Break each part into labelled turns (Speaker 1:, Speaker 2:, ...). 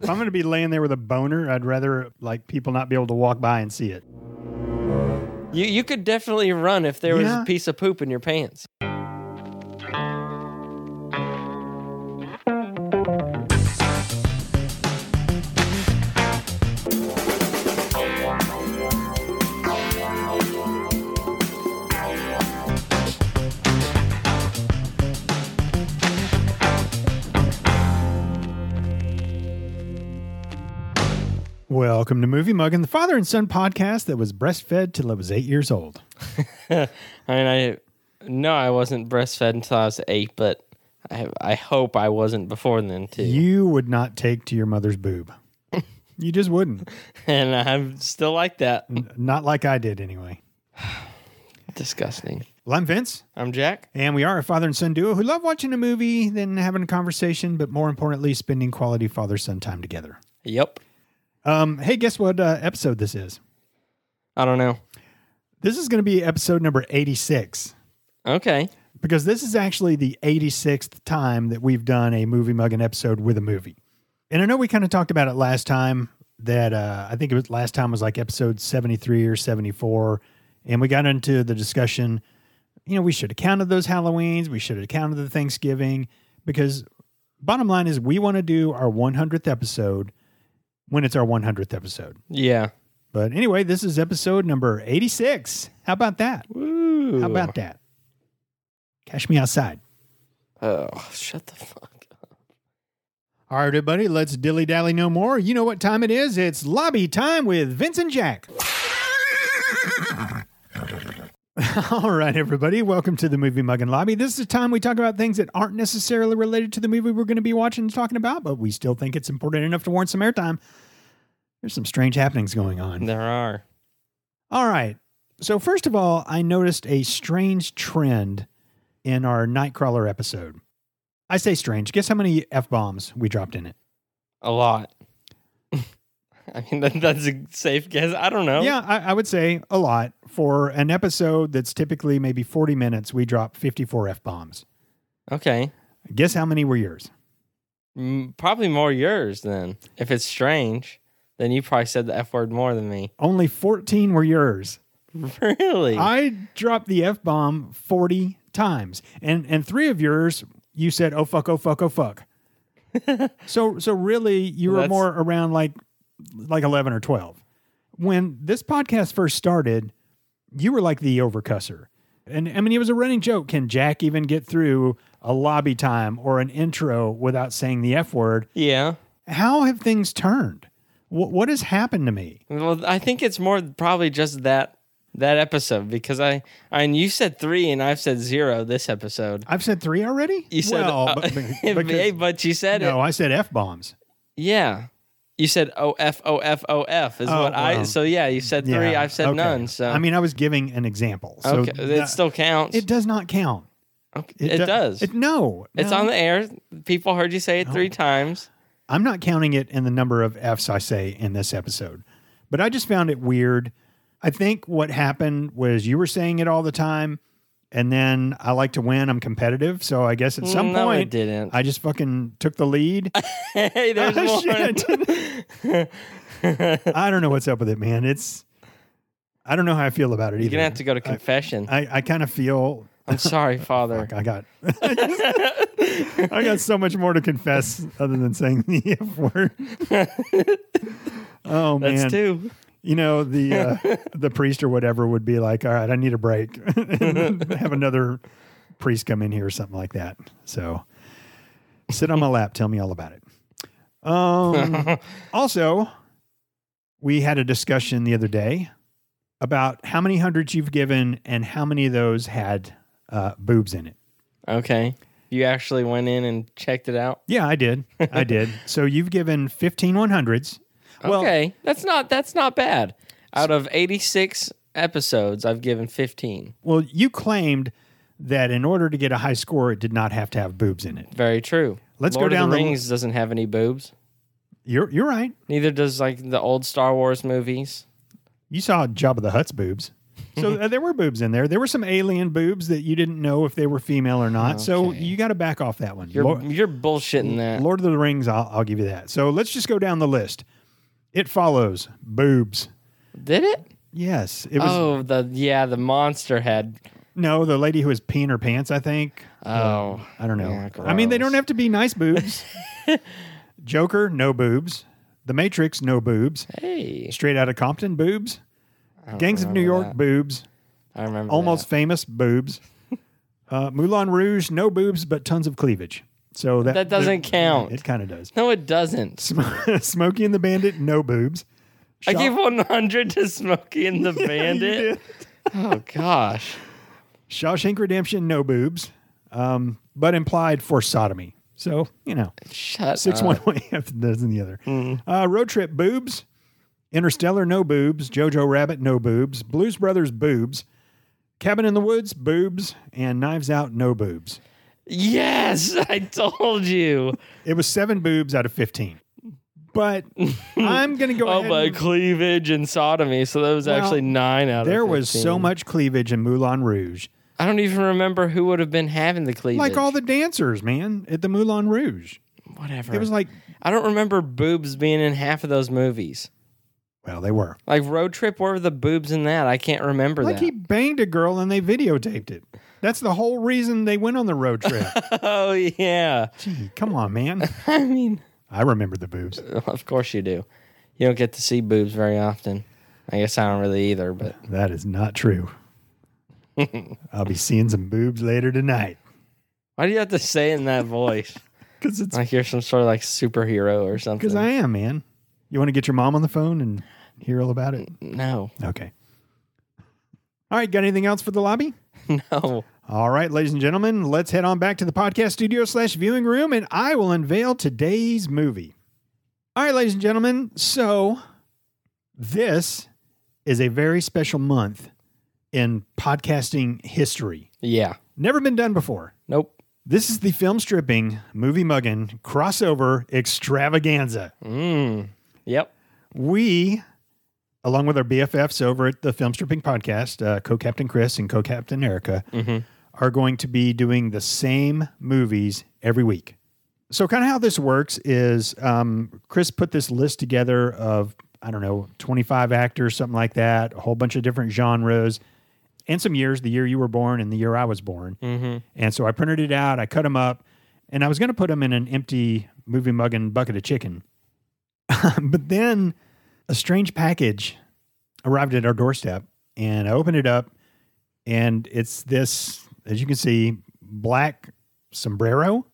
Speaker 1: If I'm going to be laying there with a boner, I'd rather like people not be able to walk by and see it.
Speaker 2: You you could definitely run if there was
Speaker 1: Yeah.
Speaker 2: a piece of poop in your pants.
Speaker 1: Welcome to Movie Mugging, the father and son podcast that was breastfed till it was eight years old.
Speaker 2: I mean, I no, I wasn't breastfed until I was eight, but I I hope I wasn't before then too.
Speaker 1: You would not take to your mother's boob. You just wouldn't.
Speaker 2: and I'm still like that.
Speaker 1: Not like I did, anyway.
Speaker 2: Disgusting.
Speaker 1: Well, I'm Vince,
Speaker 2: I'm Jack.
Speaker 1: and we are a father and son duo who love watching a movie, then having a conversation, but more importantly, spending quality father son time together.
Speaker 2: Yep.
Speaker 1: Um, hey, guess what uh, episode this is?
Speaker 2: I don't know.
Speaker 1: This is going to be episode number 86.
Speaker 2: Okay.
Speaker 1: because this is actually the 86th time that we've done a movie mugging episode with a movie. And I know we kind of talked about it last time that uh, I think it was last time was like episode 73 or 74. And we got into the discussion, you know, we should have counted those Halloweens, we should have counted the Thanksgiving, because bottom line is we want to do our 100th episode when it's our 100th episode.
Speaker 2: Yeah.
Speaker 1: But anyway, this is episode number 86. How about that?
Speaker 2: Woo.
Speaker 1: How about that? Cash me outside.
Speaker 2: Oh, shut the fuck up.
Speaker 1: All right, everybody, let's dilly dally no more. You know what time it is. It's lobby time with Vince and Jack. All right, everybody, welcome to the Movie Mugging Lobby. This is the time we talk about things that aren't necessarily related to the movie we're going to be watching and talking about, but we still think it's important enough to warrant some airtime. There's some strange happenings going on.
Speaker 2: There are.
Speaker 1: All right. So, first of all, I noticed a strange trend in our Nightcrawler episode. I say strange. Guess how many F bombs we dropped in it?
Speaker 2: A lot. I mean, that, that's a safe guess. I don't know.
Speaker 1: Yeah, I, I would say a lot. For an episode that's typically maybe 40 minutes, we drop 54 F bombs.
Speaker 2: Okay.
Speaker 1: Guess how many were yours?
Speaker 2: Mm, Probably more yours then. If it's strange, then you probably said the F word more than me.
Speaker 1: Only 14 were yours.
Speaker 2: Really?
Speaker 1: I dropped the F bomb 40 times. And and three of yours, you said, oh fuck, oh fuck, oh fuck. so so really you were
Speaker 2: That's-
Speaker 1: more around like like 11 or 12. When this podcast first started, you were like the overcusser. And I mean, it was a running joke. Can Jack even get through a lobby time or an intro without saying the F word?
Speaker 2: yeah.
Speaker 1: How have things turned? What, what has happened to me?
Speaker 2: Well, I think it's more probably just that that episode because I I and you said three and I've said zero this episode.
Speaker 1: I've said three already?
Speaker 2: You said,
Speaker 1: well,
Speaker 2: uh,
Speaker 1: but- but-
Speaker 2: hey,
Speaker 1: because-
Speaker 2: but you said
Speaker 1: no,
Speaker 2: it.
Speaker 1: I said F bombs.
Speaker 2: Yeah, you said O F O F O F is
Speaker 1: Oh,
Speaker 2: what I.
Speaker 1: wow.
Speaker 2: So yeah, you said three.
Speaker 1: Yeah,
Speaker 2: I've said
Speaker 1: okay.
Speaker 2: none. So
Speaker 1: I mean, I was giving an example. So
Speaker 2: okay,
Speaker 1: that-
Speaker 2: it still counts.
Speaker 1: it
Speaker 2: It,
Speaker 1: does not count.
Speaker 2: okay, it,
Speaker 1: do-
Speaker 2: does.
Speaker 1: It, no,
Speaker 2: it's
Speaker 1: no.
Speaker 2: on the air. People heard you say it three times.
Speaker 1: I'm not counting it in the number of Fs I say in this episode, but I just found it weird. I think what happened was you were saying it all the time, and then I like to win. I'm competitive, so I guess at some
Speaker 2: no, it
Speaker 1: point
Speaker 2: didn't.
Speaker 1: I just fucking took the lead.
Speaker 2: hey, there's
Speaker 1: Oh,
Speaker 2: more.
Speaker 1: shit. I don't know what's up with it, man. It's I don't know how I feel about it
Speaker 2: You're
Speaker 1: either.
Speaker 2: gonna have to go to confession. I,
Speaker 1: I, I kind of feel
Speaker 2: am sorry, Father.
Speaker 1: I got I got so much more to confess other than saying the F word. oh
Speaker 2: That's
Speaker 1: man.
Speaker 2: two.
Speaker 1: You know, the uh, the priest or whatever would be like, All right, I need a break. And then have another priest come in here or something like that. So sit on my lap, tell me all about it. Um also, we had a discussion the other day about how many hundreds you've given and how many of those had uh, boobs in it.
Speaker 2: Okay. You actually went in and checked it out.
Speaker 1: Yeah, I did. I did. So you've given 15 100s. Well,
Speaker 2: okay. That's not that's not bad. Out of 86 episodes, I've given 15.
Speaker 1: well, you claimed that in order to get a high score, it did not have to have boobs in it.
Speaker 2: Very true.
Speaker 1: Let's go
Speaker 2: Lord
Speaker 1: down
Speaker 2: of
Speaker 1: the-
Speaker 2: the Rings doesn't have any boobs.
Speaker 1: You're you're right.
Speaker 2: Neither does like the old Star Wars movies.
Speaker 1: You saw Job of the Hutt's boobs. So uh, there were boobs in there. There were some alien boobs that you didn't know if they were female or not. So
Speaker 2: Okay.
Speaker 1: you got to back off that one.
Speaker 2: You're
Speaker 1: Lo-
Speaker 2: you're bullshitting that.
Speaker 1: Lord of the Rings, I'll, I'll give you that. So let's just go down the list. It follows boobs.
Speaker 2: Did it?
Speaker 1: Yes, it was.
Speaker 2: Oh, the yeah, the monster head.
Speaker 1: No, the lady who was peeing her pants, I think.
Speaker 2: Oh,
Speaker 1: I don't know.
Speaker 2: Yeah,
Speaker 1: I mean, they
Speaker 2: gross.
Speaker 1: don't have to be nice boobs. Joker, no boobs. The Matrix, no boobs.
Speaker 2: hey,
Speaker 1: Straight out of Compton, boobs. Gangs of New
Speaker 2: remember
Speaker 1: York,
Speaker 2: that.
Speaker 1: boobs.
Speaker 2: I remember
Speaker 1: Almost
Speaker 2: that.
Speaker 1: famous, boobs. Uh, Moulin Rouge, no boobs, but tons of cleavage. So that
Speaker 2: That doesn't count.
Speaker 1: It kind of does.
Speaker 2: No, it doesn't.
Speaker 1: Sm- Smokey and the Bandit, no boobs.
Speaker 2: I
Speaker 1: Shaw-
Speaker 2: gave 100 to Smokey and the Bandit.
Speaker 1: did.
Speaker 2: Oh gosh.
Speaker 1: Shawshank Redemption, no boobs, um, but implied for sodomy. So you know,
Speaker 2: Shut
Speaker 1: six
Speaker 2: up.
Speaker 1: one way half a dozen the other.
Speaker 2: Mm-hmm.
Speaker 1: Uh, road trip boobs, Interstellar no boobs, Jojo Rabbit no boobs, Blues Brothers boobs, Cabin in the Woods boobs, and Knives Out no boobs.
Speaker 2: Yes, I told you.
Speaker 1: It was seven boobs out of fifteen. But I'm gonna go.
Speaker 2: Oh,
Speaker 1: ahead
Speaker 2: but
Speaker 1: and-
Speaker 2: cleavage and sodomy. So that was
Speaker 1: Well,
Speaker 2: actually nine out of
Speaker 1: there was
Speaker 2: 15.
Speaker 1: so much cleavage in Moulin Rouge,
Speaker 2: I don't even remember who would have been having
Speaker 1: Oh
Speaker 2: the cleavage.
Speaker 1: like all the dancers, man, at the Moulin Rouge.
Speaker 2: whatever.
Speaker 1: It was like,
Speaker 2: I don't remember boobs being in half of those movies.
Speaker 1: well, they were.
Speaker 2: Like Road Trip, where were the boobs in that? I can't remember
Speaker 1: Like
Speaker 2: that.
Speaker 1: he banged a girl and they videotaped it. That's the whole reason they went on the road trip.
Speaker 2: Oh yeah.
Speaker 1: Gee, come on, man.
Speaker 2: I mean,
Speaker 1: I remember the boobs.
Speaker 2: of course you do. You don't get to see boobs very often. I guess I don't really either, but
Speaker 1: That is not true. I'll be seeing some boobs later tonight.
Speaker 2: why do you have to say it in that voice?
Speaker 1: Because it's
Speaker 2: Like you're some sort of like superhero or something.
Speaker 1: because I am, man. You want to get your mom on the phone and hear all about it?
Speaker 2: No.
Speaker 1: Okay. All right, got anything else for the lobby?
Speaker 2: No.
Speaker 1: All right, ladies and gentlemen, let's head on back to the podcast studio slash viewing room, and I will unveil today's movie. All right, ladies and gentlemen, so this is a very special month in podcasting history.
Speaker 2: Yeah.
Speaker 1: Never been done before.
Speaker 2: Nope.
Speaker 1: This is the film stripping, movie mugging, crossover extravaganza.
Speaker 2: Mm. Yep.
Speaker 1: We, along with our BFFs over at the Film Stripping Podcast, uh, co captain Chris and co captain Erica, are going to be doing the same movies every week. So, kind of how this works is um, Chris put this list together of, I don't know, 25 actors, something like that, a whole bunch of different genres, and some years the year you were born and the year I was born. And so I printed it out, I cut them up, and I was going to put them in an empty movie mug and bucket of chicken. but then a strange package arrived at our doorstep, and I opened it up, and it's this, as you can see, black sombrero.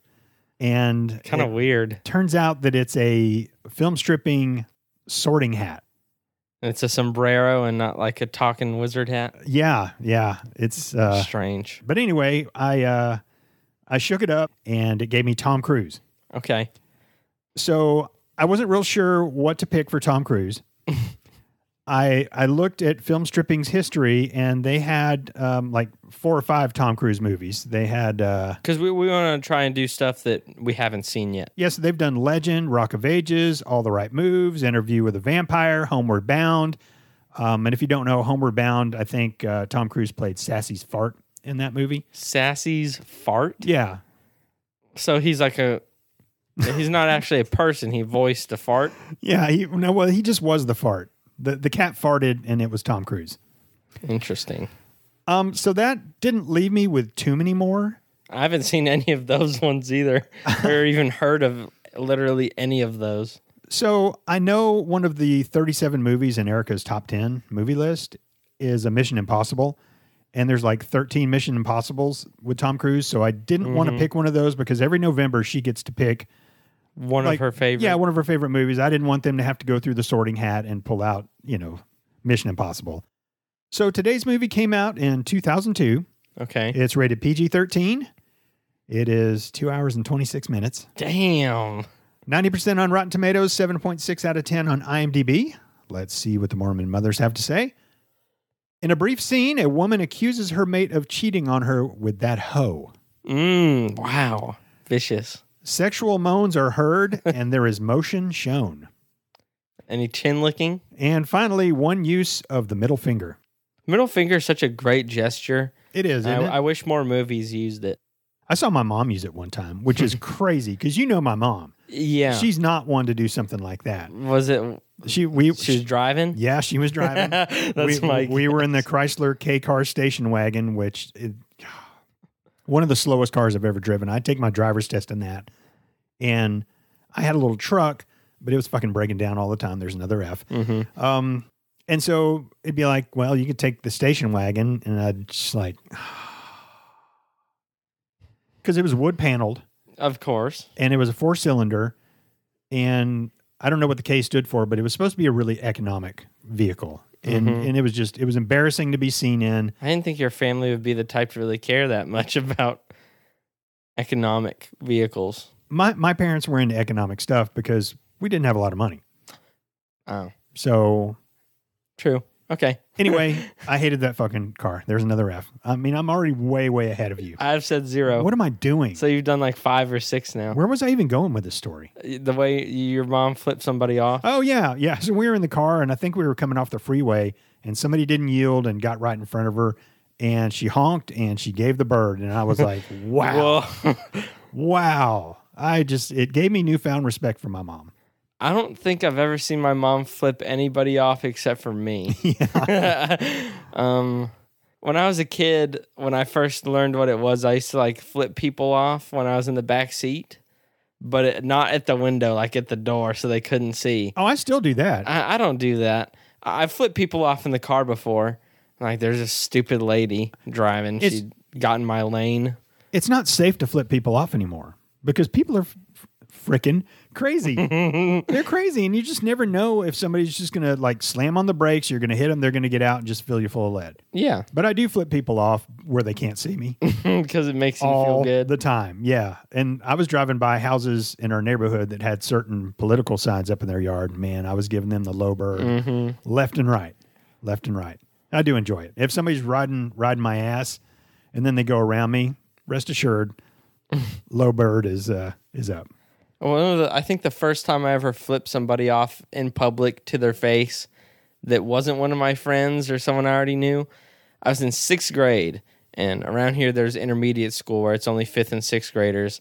Speaker 1: And
Speaker 2: Kind of
Speaker 1: it
Speaker 2: weird.
Speaker 1: turns out that it's a film stripping sorting hat.
Speaker 2: It's a sombrero and not like a talking wizard hat.
Speaker 1: Yeah, yeah. It's uh,
Speaker 2: Strange.
Speaker 1: but anyway, I uh, I shook it up and it gave me Tom Cruise.
Speaker 2: Okay.
Speaker 1: So I wasn't real sure what to pick for Tom Cruise. I I looked at Film Stripping's history and they had um, like four or five Tom Cruise movies. They had uh,
Speaker 2: Because we, we want to try and do stuff that we haven't seen yet.
Speaker 1: yes, they've done Legend, Rock of Ages, All the Right Moves, Interview with a Vampire, Homeward Bound. Um, and if you don't know Homeward Bound, I think uh, Tom Cruise played Sassy's fart in that movie.
Speaker 2: Sassy's fart.
Speaker 1: Yeah,
Speaker 2: So he's like a. He's not actually a person. He voiced a fart.
Speaker 1: yeah. He, no, well, he just was the fart. The the cat farted and it was Tom Cruise.
Speaker 2: Interesting.
Speaker 1: Um, so that didn't leave me with too many more.
Speaker 2: I haven't seen any of those ones either, or even heard of literally any of those.
Speaker 1: So I know one of the 37 movies in Erica's top 10 movie list is a Mission Impossible. And there's like 13 Mission Impossibles with Tom Cruise. So I didn't want to pick one of those because every November she gets to pick
Speaker 2: One
Speaker 1: like,
Speaker 2: of her favorite.
Speaker 1: Yeah, one of her favorite movies. I didn't want them to have to go through the sorting hat and pull out, you know, Mission Impossible. So today's movie came out in 2002.
Speaker 2: Okay.
Speaker 1: It's rated PG 13. It is two hours and 26 minutes.
Speaker 2: Damn.
Speaker 1: 90% on Rotten Tomatoes, 7.6 out of 10 on IMDb. Let's see what the Mormon mothers have to say. In a brief scene, a woman accuses her mate of cheating on her with that hoe.
Speaker 2: Mm, wow. Vicious.
Speaker 1: Sexual moans are heard, and there is motion shown.
Speaker 2: Any chin licking?
Speaker 1: And finally, one use of the middle finger.
Speaker 2: Middle finger is such a great gesture.
Speaker 1: It is.
Speaker 2: I,
Speaker 1: Isn't it?
Speaker 2: I wish more movies used it.
Speaker 1: I saw my mom use it one time, which is crazy because you know my mom.
Speaker 2: Yeah.
Speaker 1: She's not one to do something like that.
Speaker 2: was it?
Speaker 1: She we
Speaker 2: She's driving.
Speaker 1: yeah she was driving. we,
Speaker 2: That's my.
Speaker 1: we were in the Chrysler K car station wagon, which it, one of the slowest cars I've ever driven. I take my driver's test in that, and I had a little truck, but it was fucking breaking down all the time. There's another F,
Speaker 2: Mhm.
Speaker 1: um, and so it'd be like, well, you could take the station wagon, and I'd just like, because it was wood paneled
Speaker 2: Of course.
Speaker 1: and it was a four cylinder, and I don't know what the K stood for, but it was supposed to be a really economic vehicle, and
Speaker 2: Mhm.
Speaker 1: and it was just it was embarrassing to be seen in.
Speaker 2: I didn't think your family would be the type to really care that much about economic vehicles.
Speaker 1: My my parents were into economic stuff because we didn't have a lot of money,
Speaker 2: Oh,
Speaker 1: so
Speaker 2: true. Okay.
Speaker 1: anyway, I hated that fucking car. There's another F. I mean, I'm already way way ahead of you.
Speaker 2: I've said zero.
Speaker 1: What am I doing?
Speaker 2: Oh. So you've done like five or six now.
Speaker 1: Where was I even going with this story?
Speaker 2: The way your mom flipped somebody off.
Speaker 1: Oh yeah, yeah. So we were in the car, and I think we were coming off the freeway, and somebody didn't yield and got right in front of her, and she honked and she gave the bird, and I was like, wow,
Speaker 2: Well,
Speaker 1: wow. I just it gave me newfound respect for my mom.
Speaker 2: I don't think I've ever seen my mom flip anybody off except for me. um, when I was a kid, when I first learned what it was, I used to like flip people off when I was in the back seat, but it, not at the window, like at the door, so they couldn't see.
Speaker 1: Oh, I still do that.
Speaker 2: I, I don't do that. I, I flipped people off in the car before. Like there's a stupid lady driving.
Speaker 1: It's-
Speaker 2: she got in my lane.
Speaker 1: It's not safe to flip people off anymore because people are f- freaking crazy. They're crazy, and you just never know if somebody's just gonna like slam on the brakes. You're gonna hit them. They're gonna get out and just fill you full of lead.
Speaker 2: Yeah,
Speaker 1: But I do flip people off where they can't see me.
Speaker 2: because it makes you
Speaker 1: all
Speaker 2: feel good.
Speaker 1: the time. Yeah, and I was driving by houses in our neighborhood that had certain political signs up in their yard. Man, I was giving them the low bird,
Speaker 2: Mm-hmm.
Speaker 1: left and right, left and right. I do enjoy it. If somebody's riding riding my ass, and then they go around me, rest assured, low bird is uh, is up.
Speaker 2: One of the, I think the first time I ever flipped somebody off in public to their face that wasn't one of my friends or someone I already knew, I was in sixth grade. And around here, there's intermediate school where it's only fifth and sixth graders.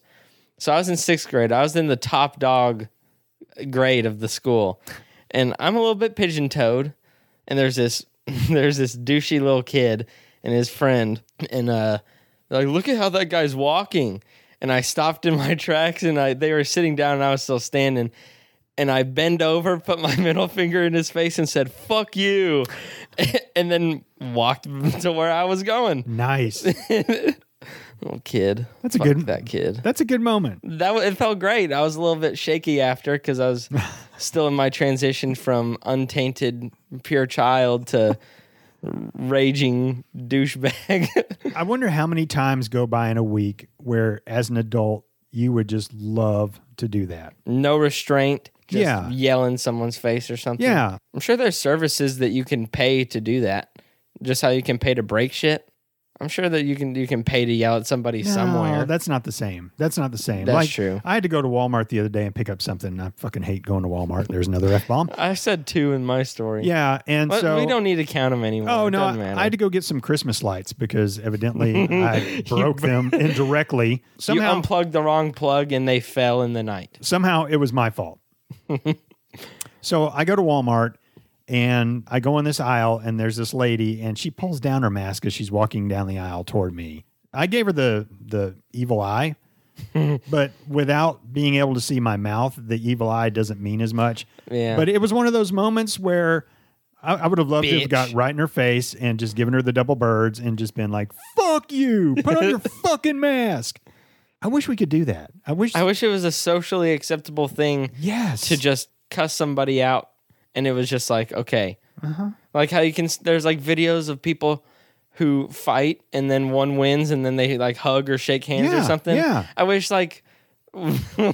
Speaker 2: So I was in sixth grade. I was in the top dog grade of the school. And I'm a little bit pigeon toed. And there's this there's this douchey little kid and his friend. And uh they're like, look at how that guy's walking. And I stopped in my tracks and I they were sitting down and I was still standing. And I bend over, put my middle finger in his face and said, Fuck you. and then walked to where I was going.
Speaker 1: Nice.
Speaker 2: Little kid.
Speaker 1: That's a
Speaker 2: Fuck
Speaker 1: good-
Speaker 2: that kid
Speaker 1: That's a good moment.
Speaker 2: that wa- it felt great. I was a little bit shaky after because I was still in my transition from untainted pure child to raging douchebag.
Speaker 1: I wonder how many times go by in a week where, as an adult, you would just love to do that.
Speaker 2: no restraint, just
Speaker 1: Yeah.
Speaker 2: yell in someone's face or something.
Speaker 1: Yeah.
Speaker 2: I'm sure there's services that you can pay to do that. Just how you can pay to break shit. I'm sure that you can you can pay to yell at somebody somewhere.
Speaker 1: That's not the same. That's not the same.
Speaker 2: That's
Speaker 1: like,
Speaker 2: true.
Speaker 1: I had to go to Walmart the other day and pick up something. I fucking hate going to Walmart. There's another f bomb.
Speaker 2: I said two in my story.
Speaker 1: Yeah, and
Speaker 2: But
Speaker 1: so
Speaker 2: we don't need to count them anymore.
Speaker 1: Oh
Speaker 2: It
Speaker 1: no!
Speaker 2: doesn't
Speaker 1: I,
Speaker 2: matter.
Speaker 1: I had to go get some Christmas lights because evidently I broke them indirectly. Somehow,
Speaker 2: you unplugged the wrong plug and they fell in the night.
Speaker 1: somehow it was my fault. so I go to Walmart and I go in this aisle, and there's this lady, and she pulls down her mask as she's walking down the aisle toward me. I gave her the the evil eye, but without being able to see my mouth, the evil eye doesn't mean as much.
Speaker 2: Yeah.
Speaker 1: But it was one of those moments where I, I would have loved to have got
Speaker 2: Bitch.
Speaker 1: right in her face and just given her the double birds and just been like, "Fuck you! Put on your fucking mask." I wish we could do that. I wish.
Speaker 2: I wish it was a socially acceptable thing
Speaker 1: yes.
Speaker 2: to just cuss somebody out and it was just like, okay.
Speaker 1: Uh-huh.
Speaker 2: Like how you can, there's like videos of people who fight and then one wins and then they like hug or shake hands
Speaker 1: Yeah,
Speaker 2: or something.
Speaker 1: yeah.
Speaker 2: I wish like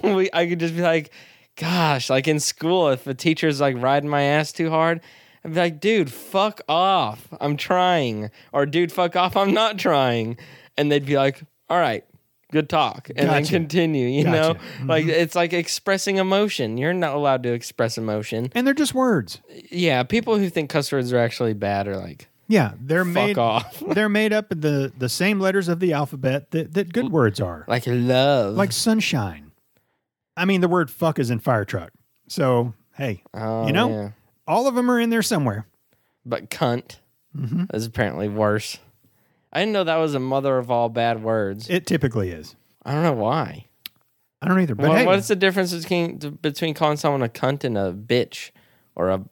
Speaker 2: we, I could just be like, gosh, like in school, if a teacher's like riding my ass too hard, I'd be like, dude, fuck off. I'm trying. Or dude, fuck off. I'm not trying. And they'd be like, all right, good talk. And then
Speaker 1: Gotcha.
Speaker 2: continue, you
Speaker 1: Gotcha. Mm-hmm.
Speaker 2: know? Like it's like expressing emotion. You're not allowed to express emotion.
Speaker 1: and they're just words.
Speaker 2: Yeah, people who think cuss words are actually bad are like,
Speaker 1: Yeah, they're
Speaker 2: Fuck
Speaker 1: made
Speaker 2: off.
Speaker 1: they're made up of the the same letters of the alphabet that that good words are.
Speaker 2: Like love.
Speaker 1: Like sunshine. I mean, the word fuck is in fire truck. So, hey,
Speaker 2: Oh,
Speaker 1: you know?
Speaker 2: yeah.
Speaker 1: all of them are in there somewhere.
Speaker 2: But cunt
Speaker 1: Mhm.
Speaker 2: is apparently worse. I didn't know that was a mother of all bad words.
Speaker 1: It typically is.
Speaker 2: I don't know why.
Speaker 1: I don't either. But
Speaker 2: What,
Speaker 1: hey,
Speaker 2: What's the difference between between calling someone a cunt and a bitch or a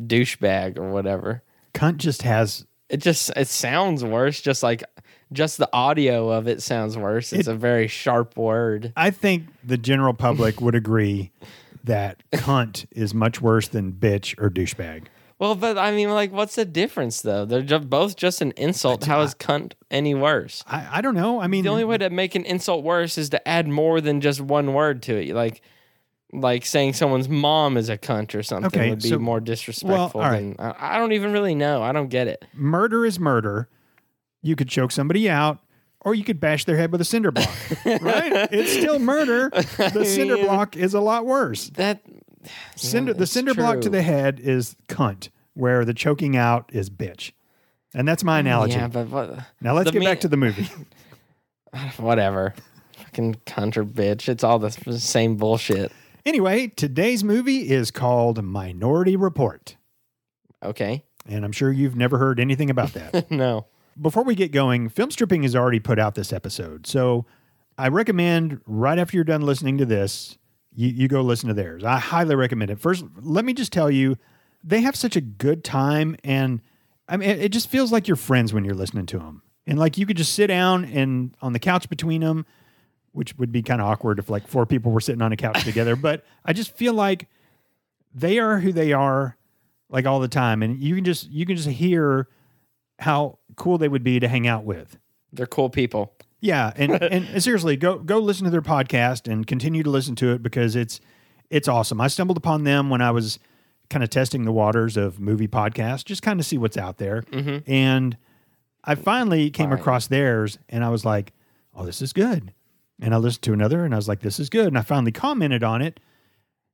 Speaker 2: douchebag or whatever?
Speaker 1: cunt just has
Speaker 2: It just it sounds worse. Just like just the audio of it sounds worse. It's a very sharp word.
Speaker 1: I think the general public would agree that cunt is much worse than bitch or douchebag.
Speaker 2: Well, but I mean, like, what's the difference though? They're ju- both just an insult. How is cunt any worse?
Speaker 1: I, I don't know. I mean,
Speaker 2: The only way to make an insult worse is to add more than just one word to it. Like, like saying someone's mom is a cunt or something
Speaker 1: Okay,
Speaker 2: would be
Speaker 1: so-
Speaker 2: more disrespectful.
Speaker 1: all right.
Speaker 2: than, I, I don't even really know. I don't get it.
Speaker 1: murder is murder. You could choke somebody out, or you could bash their head with a cinder block. right? It's still murder. The cinder
Speaker 2: mean-
Speaker 1: block is a lot worse.
Speaker 2: That
Speaker 1: Cinder, the
Speaker 2: it's
Speaker 1: cinder block to
Speaker 2: true.
Speaker 1: the head is cunt, where the choking out is bitch. And that's my analogy.
Speaker 2: yeah, but what,
Speaker 1: now let's
Speaker 2: the
Speaker 1: get
Speaker 2: me-
Speaker 1: back to the movie.
Speaker 2: whatever. Fucking cunt or bitch. It's all the s- same bullshit.
Speaker 1: anyway, today's movie is called Minority Report.
Speaker 2: Okay.
Speaker 1: And I'm sure you've never heard anything about that.
Speaker 2: no.
Speaker 1: before we get going, Film Stripping has already put out this episode. So I recommend right after you're done listening to this, you, you go listen to theirs. I highly recommend it. First, let me just tell you, they have such a good time. And I mean, it, it just feels like you're friends when you're listening to them. And like you could just sit down and on the couch between them, which would be kind of awkward if like four people were sitting on a couch together. But I just feel like they are who they are like all the time. And you can just, you can just hear how cool they would be to hang out with.
Speaker 2: They're cool people.
Speaker 1: Yeah, and and seriously, go go listen to their podcast and continue to listen to it because it's it's awesome. I stumbled upon them when I was kind of testing the waters of movie podcasts, just kind of see what's out there. And I finally came across theirs, and I was like, "Oh, this is good." And I listened to another, and I was like, "This is good." And I finally commented on it.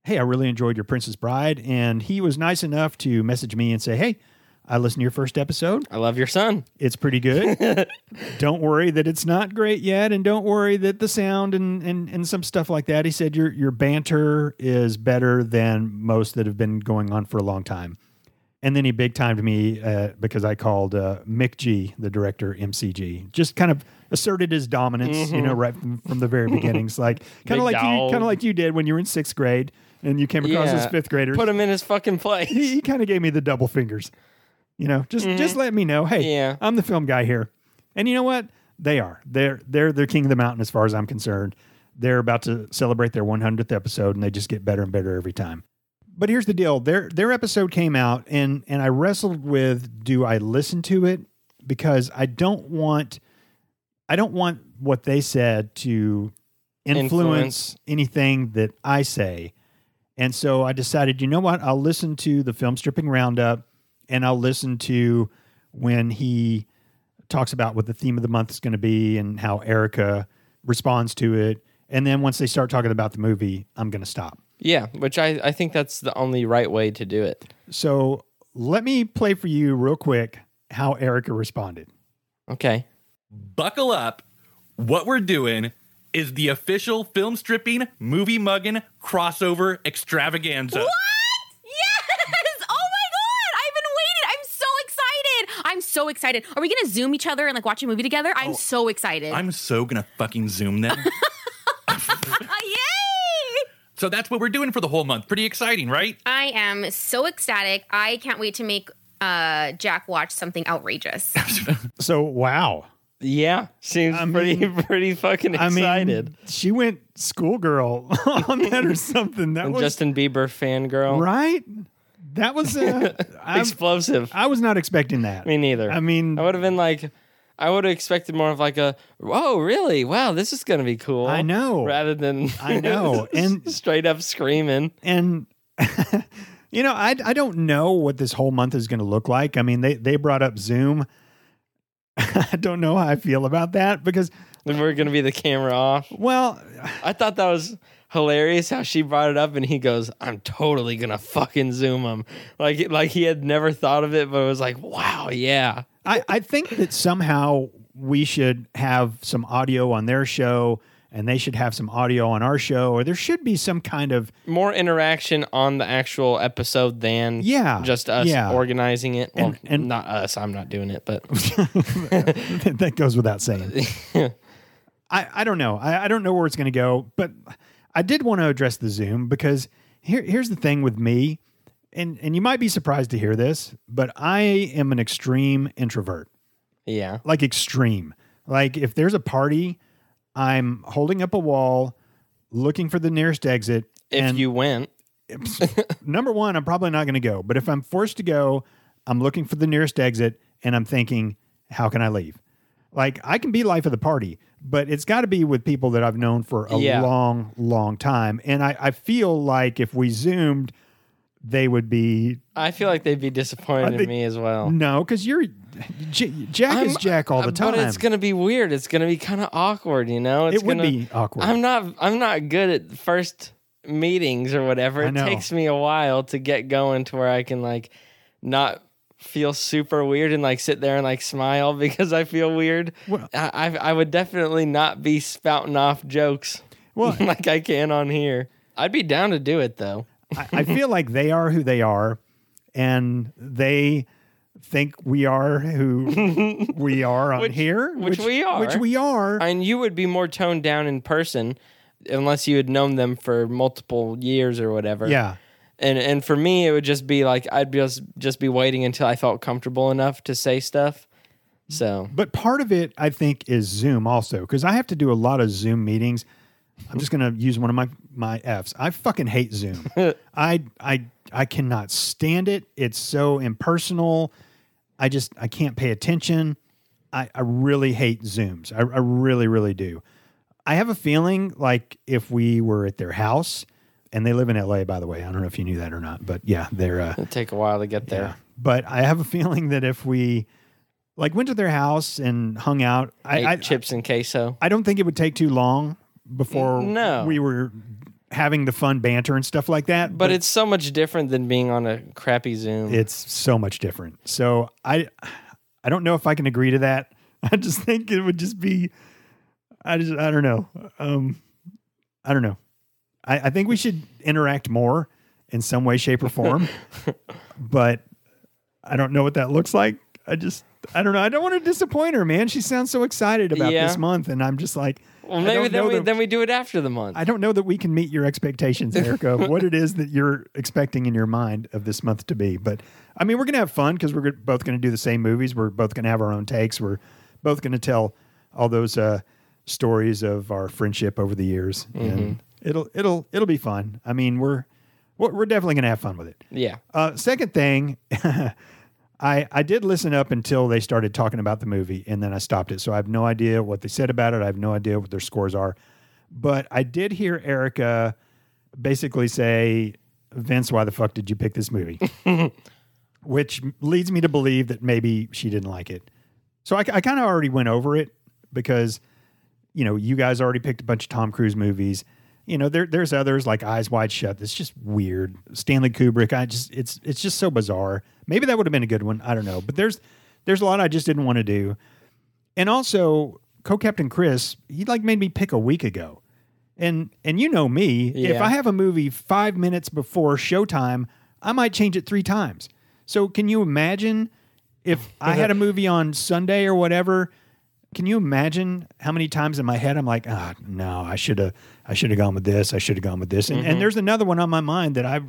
Speaker 1: Hey, I really enjoyed your Princess Bride, and he was nice enough to message me and say, "Hey, I listened to your first episode."
Speaker 2: I love your son.
Speaker 1: it's pretty good. don't worry that it's not great yet, and don't worry that the sound and, and and some stuff like that. He said your your banter is better than most that have been going on for a long time. And then he big timed me uh, because I called uh, Mick G, the director, MCG, just kind of asserted his dominance, you know, right from, from the very beginnings, like kind
Speaker 2: Mm-hmm. Big
Speaker 1: of like you,
Speaker 2: dog.
Speaker 1: kind of like you did when you were in sixth grade and you came across as fifth graders.
Speaker 2: Put him in his fucking place.
Speaker 1: he, he kind of gave me the double fingers. You know, just
Speaker 2: Mm-hmm.
Speaker 1: just let me know. Hey,
Speaker 2: Yeah.
Speaker 1: I'm the film guy here. And you know what? They are. They're they're the king of the mountain as far as I'm concerned. They're about to celebrate their 100th episode, and they just get better and better every time. But here's the deal: their their episode came out, and and I wrestled with do I listen to it because I don't want I don't want what they said to influence
Speaker 2: Influence.
Speaker 1: anything that I say. And so I decided, you know what? I'll listen to the film stripping roundup and I'll listen to when he talks about what the theme of the month is going to be and how Erica responds to it. And then once they start talking about the movie, I'm going to stop.
Speaker 2: Yeah, which I, I think that's the only right way to do it.
Speaker 1: So let me play for you real quick how Erica responded.
Speaker 2: Okay.
Speaker 3: buckle up. What we're doing is the official film stripping, movie mugging crossover extravaganza.
Speaker 4: What? Yes! Oh my god! I've been waiting. I'm so excited. I'm so excited. Are we gonna zoom each other and like watch a movie together? I'm so excited.
Speaker 3: I'm so gonna fucking zoom them.
Speaker 4: Ah, yay!
Speaker 3: so that's what we're doing for the whole month. Pretty exciting, right?
Speaker 4: I am so ecstatic. I can't wait to make uh Jack watch something outrageous.
Speaker 1: So, wow.
Speaker 2: Yeah, seems pretty pretty fucking
Speaker 1: I mean,
Speaker 2: excited.
Speaker 1: she went schoolgirl on that or something. That was
Speaker 2: Justin Bieber fangirl.
Speaker 1: right. That was uh, I,
Speaker 2: Explosive.
Speaker 1: I was not expecting that.
Speaker 2: Me neither.
Speaker 1: I mean,
Speaker 2: I would have been like, I would have expected more of like a, oh, really? Wow, this is gonna be cool.
Speaker 1: I know.
Speaker 2: Rather than
Speaker 1: I know. And-
Speaker 2: straight up screaming.
Speaker 1: and you know, I I don't know what this whole month is going to look like. I mean, they they brought up Zoom. I don't know how I feel about that because
Speaker 2: And we're gonna be the camera off.
Speaker 1: well,
Speaker 2: I thought that was. hilarious how she brought it up and he goes, "I'm totally gonna fucking zoom him." Like like he had never thought of it, but it was like, "Wow, yeah."
Speaker 1: I, I think that somehow we should have some audio on their show and they should have some audio on our show, or there should be some kind of
Speaker 2: More interaction on the actual episode than
Speaker 1: Yeah,
Speaker 2: just us
Speaker 1: yeah.
Speaker 2: organizing it. Well,
Speaker 1: And- and-
Speaker 2: not us. I'm not doing it, but
Speaker 1: that goes without saying. I, I don't know. I, I don't know where it's going to go, but I did want to address the Zoom because here, here's the thing with me, and, and you might be surprised to hear this, but I am an extreme introvert.
Speaker 2: yeah.
Speaker 1: like extreme. Like if there's a party, I'm holding up a wall, looking for the nearest exit.
Speaker 2: If
Speaker 1: and
Speaker 2: you went,
Speaker 1: number one, I'm probably not going to go. But if I'm forced to go, I'm looking for the nearest exit, and I'm thinking, how can I leave? Like I can be life of the party, but it's got to be with people that I've known for a
Speaker 2: Yeah.
Speaker 1: long, long time. And I, I feel like if we zoomed, they would be
Speaker 2: I feel like they'd be disappointed
Speaker 1: I
Speaker 2: in
Speaker 1: think-
Speaker 2: me as well.
Speaker 1: no, because you're J- Jack is
Speaker 2: Oh. I'm-
Speaker 1: Jack all the time.
Speaker 2: But it's gonna be weird. It's gonna be kind of awkward, you know. It's
Speaker 1: It would
Speaker 2: gonna-
Speaker 1: be awkward.
Speaker 2: I'm not. I'm not good at the first meetings or whatever.
Speaker 1: I
Speaker 2: It
Speaker 1: know.
Speaker 2: takes me a while to get going to where I can like not feel super weird and like sit there and like smile because I feel weird.
Speaker 1: Well-
Speaker 2: I, I I would definitely not be spouting off jokes
Speaker 1: Well-
Speaker 2: like I can on here. I'd be down to do it though.
Speaker 1: I, I feel like they are who they are, and they think we are who we are on
Speaker 2: Which-
Speaker 1: here,
Speaker 2: which we are.
Speaker 1: which we are.
Speaker 2: and you would be more toned down in person unless you had known them for multiple years or whatever.
Speaker 1: yeah,
Speaker 2: And and for me it would just be like I'd be just just be waiting until I felt comfortable enough to say stuff. So
Speaker 1: but part of it I think is Zoom also because I have to do a lot of Zoom meetings. I'm just gonna use one of my my F's. I fucking hate Zoom. I I I cannot stand it. It's so impersonal. I just I can't pay attention. I, I really hate Zooms. I, I really, really do. I have a feeling like if we were at their house, and they live in LA, by the way. I don't know if you knew that or not, but yeah, they're uh,
Speaker 2: it'd take a while to get there.
Speaker 1: but I have a feeling that if we like went to their house and hung out, I
Speaker 2: Ate
Speaker 1: I,
Speaker 2: chips and queso.
Speaker 1: I don't think it would take too long before
Speaker 2: No.
Speaker 1: we were having the fun banter and stuff like that.
Speaker 2: But it's so much different than being on a crappy Zoom.
Speaker 1: it's so much different. So I I don't know if I can agree to that. I just think it would just be I just I don't know. Um I don't know. I, I think we should interact more in some way, shape, or form. but I don't know what that looks like. I just I don't know. I don't want to disappoint her, man. She sounds so excited about
Speaker 2: Yeah.
Speaker 1: this month, and I'm just like,
Speaker 2: well,
Speaker 1: I
Speaker 2: maybe
Speaker 1: don't
Speaker 2: then
Speaker 1: know
Speaker 2: we
Speaker 1: that-
Speaker 2: then we do it after the month.
Speaker 1: I don't know that we can meet your expectations, Erica, of what it is that you're expecting in your mind of this month to be. But I mean, we're going to have fun because we're go- both going to do the same movies. We're both going to have our own takes. We're both going to tell all those uh, stories of our friendship over the years, and it'll it'll it'll be fun. I mean, we're we're we're definitely going to have fun with it.
Speaker 2: yeah.
Speaker 1: Uh, second thing, I I did listen up until they started talking about the movie, and then I stopped it. So I have no idea what they said about it. I have no idea what their scores are, but I did hear Erica basically say, "Vince, why the fuck did you pick this movie?" Which leads me to believe that maybe she didn't like it. So I, I kind of already went over it because you know, you guys already picked a bunch of Tom Cruise movies. You know, there, there's others like Eyes Wide Shut. That's just weird. Stanley Kubrick. I just it's it's just so bizarre. Maybe that would have been a good one. I don't know. But there's there's a lot I just didn't want to do. And also, co-captain Chris, he like made me pick a week ago. And and you know me, if
Speaker 2: Yeah.
Speaker 1: I have a movie five minutes before showtime, I might change it three times. So can you imagine if I had a movie on Sunday or whatever? Can you imagine how many times in my head I'm like, ah, no, I should have, I should have gone with this, I should have gone with this, and, and there's another one on my mind that I,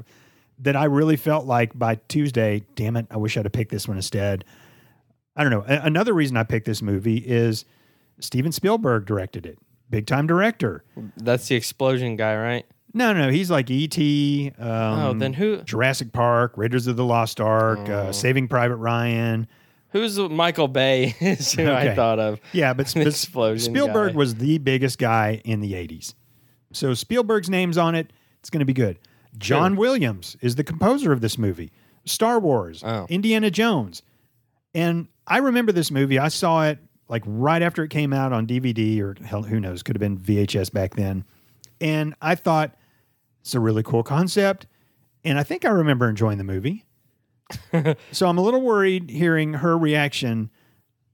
Speaker 1: that I really felt like by Tuesday, damn it, I wish I'd have picked this one instead. I don't know. A- another reason I picked this movie is Steven Spielberg directed it, big time director.
Speaker 2: That's the explosion guy, right?
Speaker 1: No, no, he's like E.T. Um,
Speaker 2: oh, then who
Speaker 1: Jurassic Park, Raiders of the Lost Ark, uh, Saving Private Ryan.
Speaker 2: who's the- Michael Bay is who
Speaker 1: Okay.
Speaker 2: I thought of.
Speaker 1: Yeah, but,
Speaker 2: An
Speaker 1: but
Speaker 2: explosion
Speaker 1: Spielberg
Speaker 2: guy.
Speaker 1: was the biggest guy in the 80s. So Spielberg's name's on it. It's going to be good. John Williams is the composer of this movie. Star Wars,
Speaker 2: Oh.
Speaker 1: Indiana Jones. And I remember this movie. I saw it like right after it came out on DVD or hell, who knows, could have been VHS back then. And I thought it's a really cool concept. And I think I remember enjoying the movie. so I'm a little worried hearing her reaction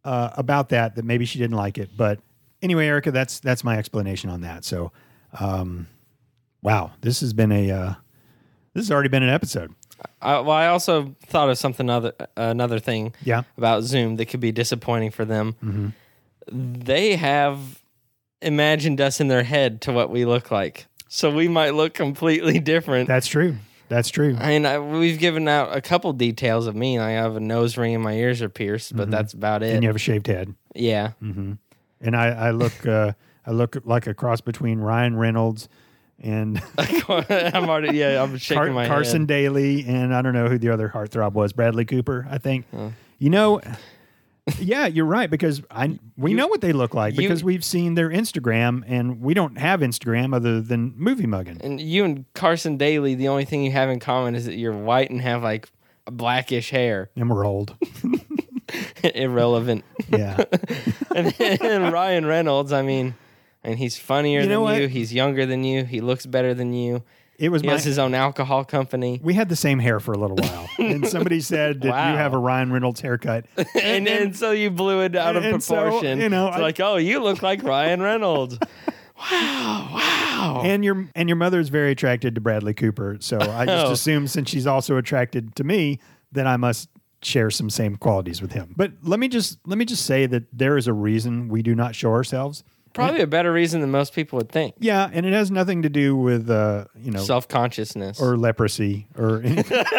Speaker 1: uh, about that, that maybe she didn't like it. But anyway, Erica, that's that's my explanation on that. So, um, wow, this has been a uh, this has already been an episode.
Speaker 2: I, well, I also thought of something other another thing
Speaker 1: Yeah.
Speaker 2: about Zoom that could be disappointing for them.
Speaker 1: Mm-hmm.
Speaker 2: They have imagined us in their head to what we look like, so we might look completely different.
Speaker 1: That's true. That's true.
Speaker 2: I mean, I, we've given out a couple details of me. I have a nose ring and my ears are pierced, but that's about it.
Speaker 1: Mm-hmm. And Mm-hmm. you have a shaved head.
Speaker 2: yeah,
Speaker 1: and I, I look uh, I look like a cross between Ryan Reynolds and
Speaker 2: I'm already. Yeah, I'm shaking
Speaker 1: Car-
Speaker 2: my
Speaker 1: Carson
Speaker 2: head.
Speaker 1: Daly, and I don't know who the other heartthrob was, Bradley Cooper, I think. You know, yeah, you're right because I we know what they look like
Speaker 2: you-
Speaker 1: because we've seen their Instagram, and we don't have Instagram other than movie mugging.
Speaker 2: And you and Carson Daly, the only thing you have in common is that you're white and have like blackish hair.
Speaker 1: And we're old.
Speaker 2: Irrelevant.
Speaker 1: Yeah.
Speaker 2: and then Ryan Reynolds, I mean, and he's funnier
Speaker 1: You know
Speaker 2: than
Speaker 1: what?
Speaker 2: you. He's younger than you. He looks better than you.
Speaker 1: It was
Speaker 2: He
Speaker 1: my
Speaker 2: has his own alcohol company.
Speaker 1: we had the same hair for a little while. and somebody said that
Speaker 2: Wow.
Speaker 1: you have a Ryan Reynolds haircut.
Speaker 2: And, and, so you blew it out of
Speaker 1: and so,
Speaker 2: proportion.
Speaker 1: you know,
Speaker 2: it's
Speaker 1: I-
Speaker 2: like, oh, you look like Ryan Reynolds. wow, wow.
Speaker 1: And your and your mother's very attracted to Bradley Cooper, so I just
Speaker 2: Oh.
Speaker 1: assume since she's also attracted to me, that I must share some same qualities with him. But let me just let me just say that there is a reason we do not show ourselves.
Speaker 2: Probably a better reason than most people would think.
Speaker 1: Yeah, and it has nothing to do with uh, you know
Speaker 2: Self consciousness.
Speaker 1: or leprosy or anything,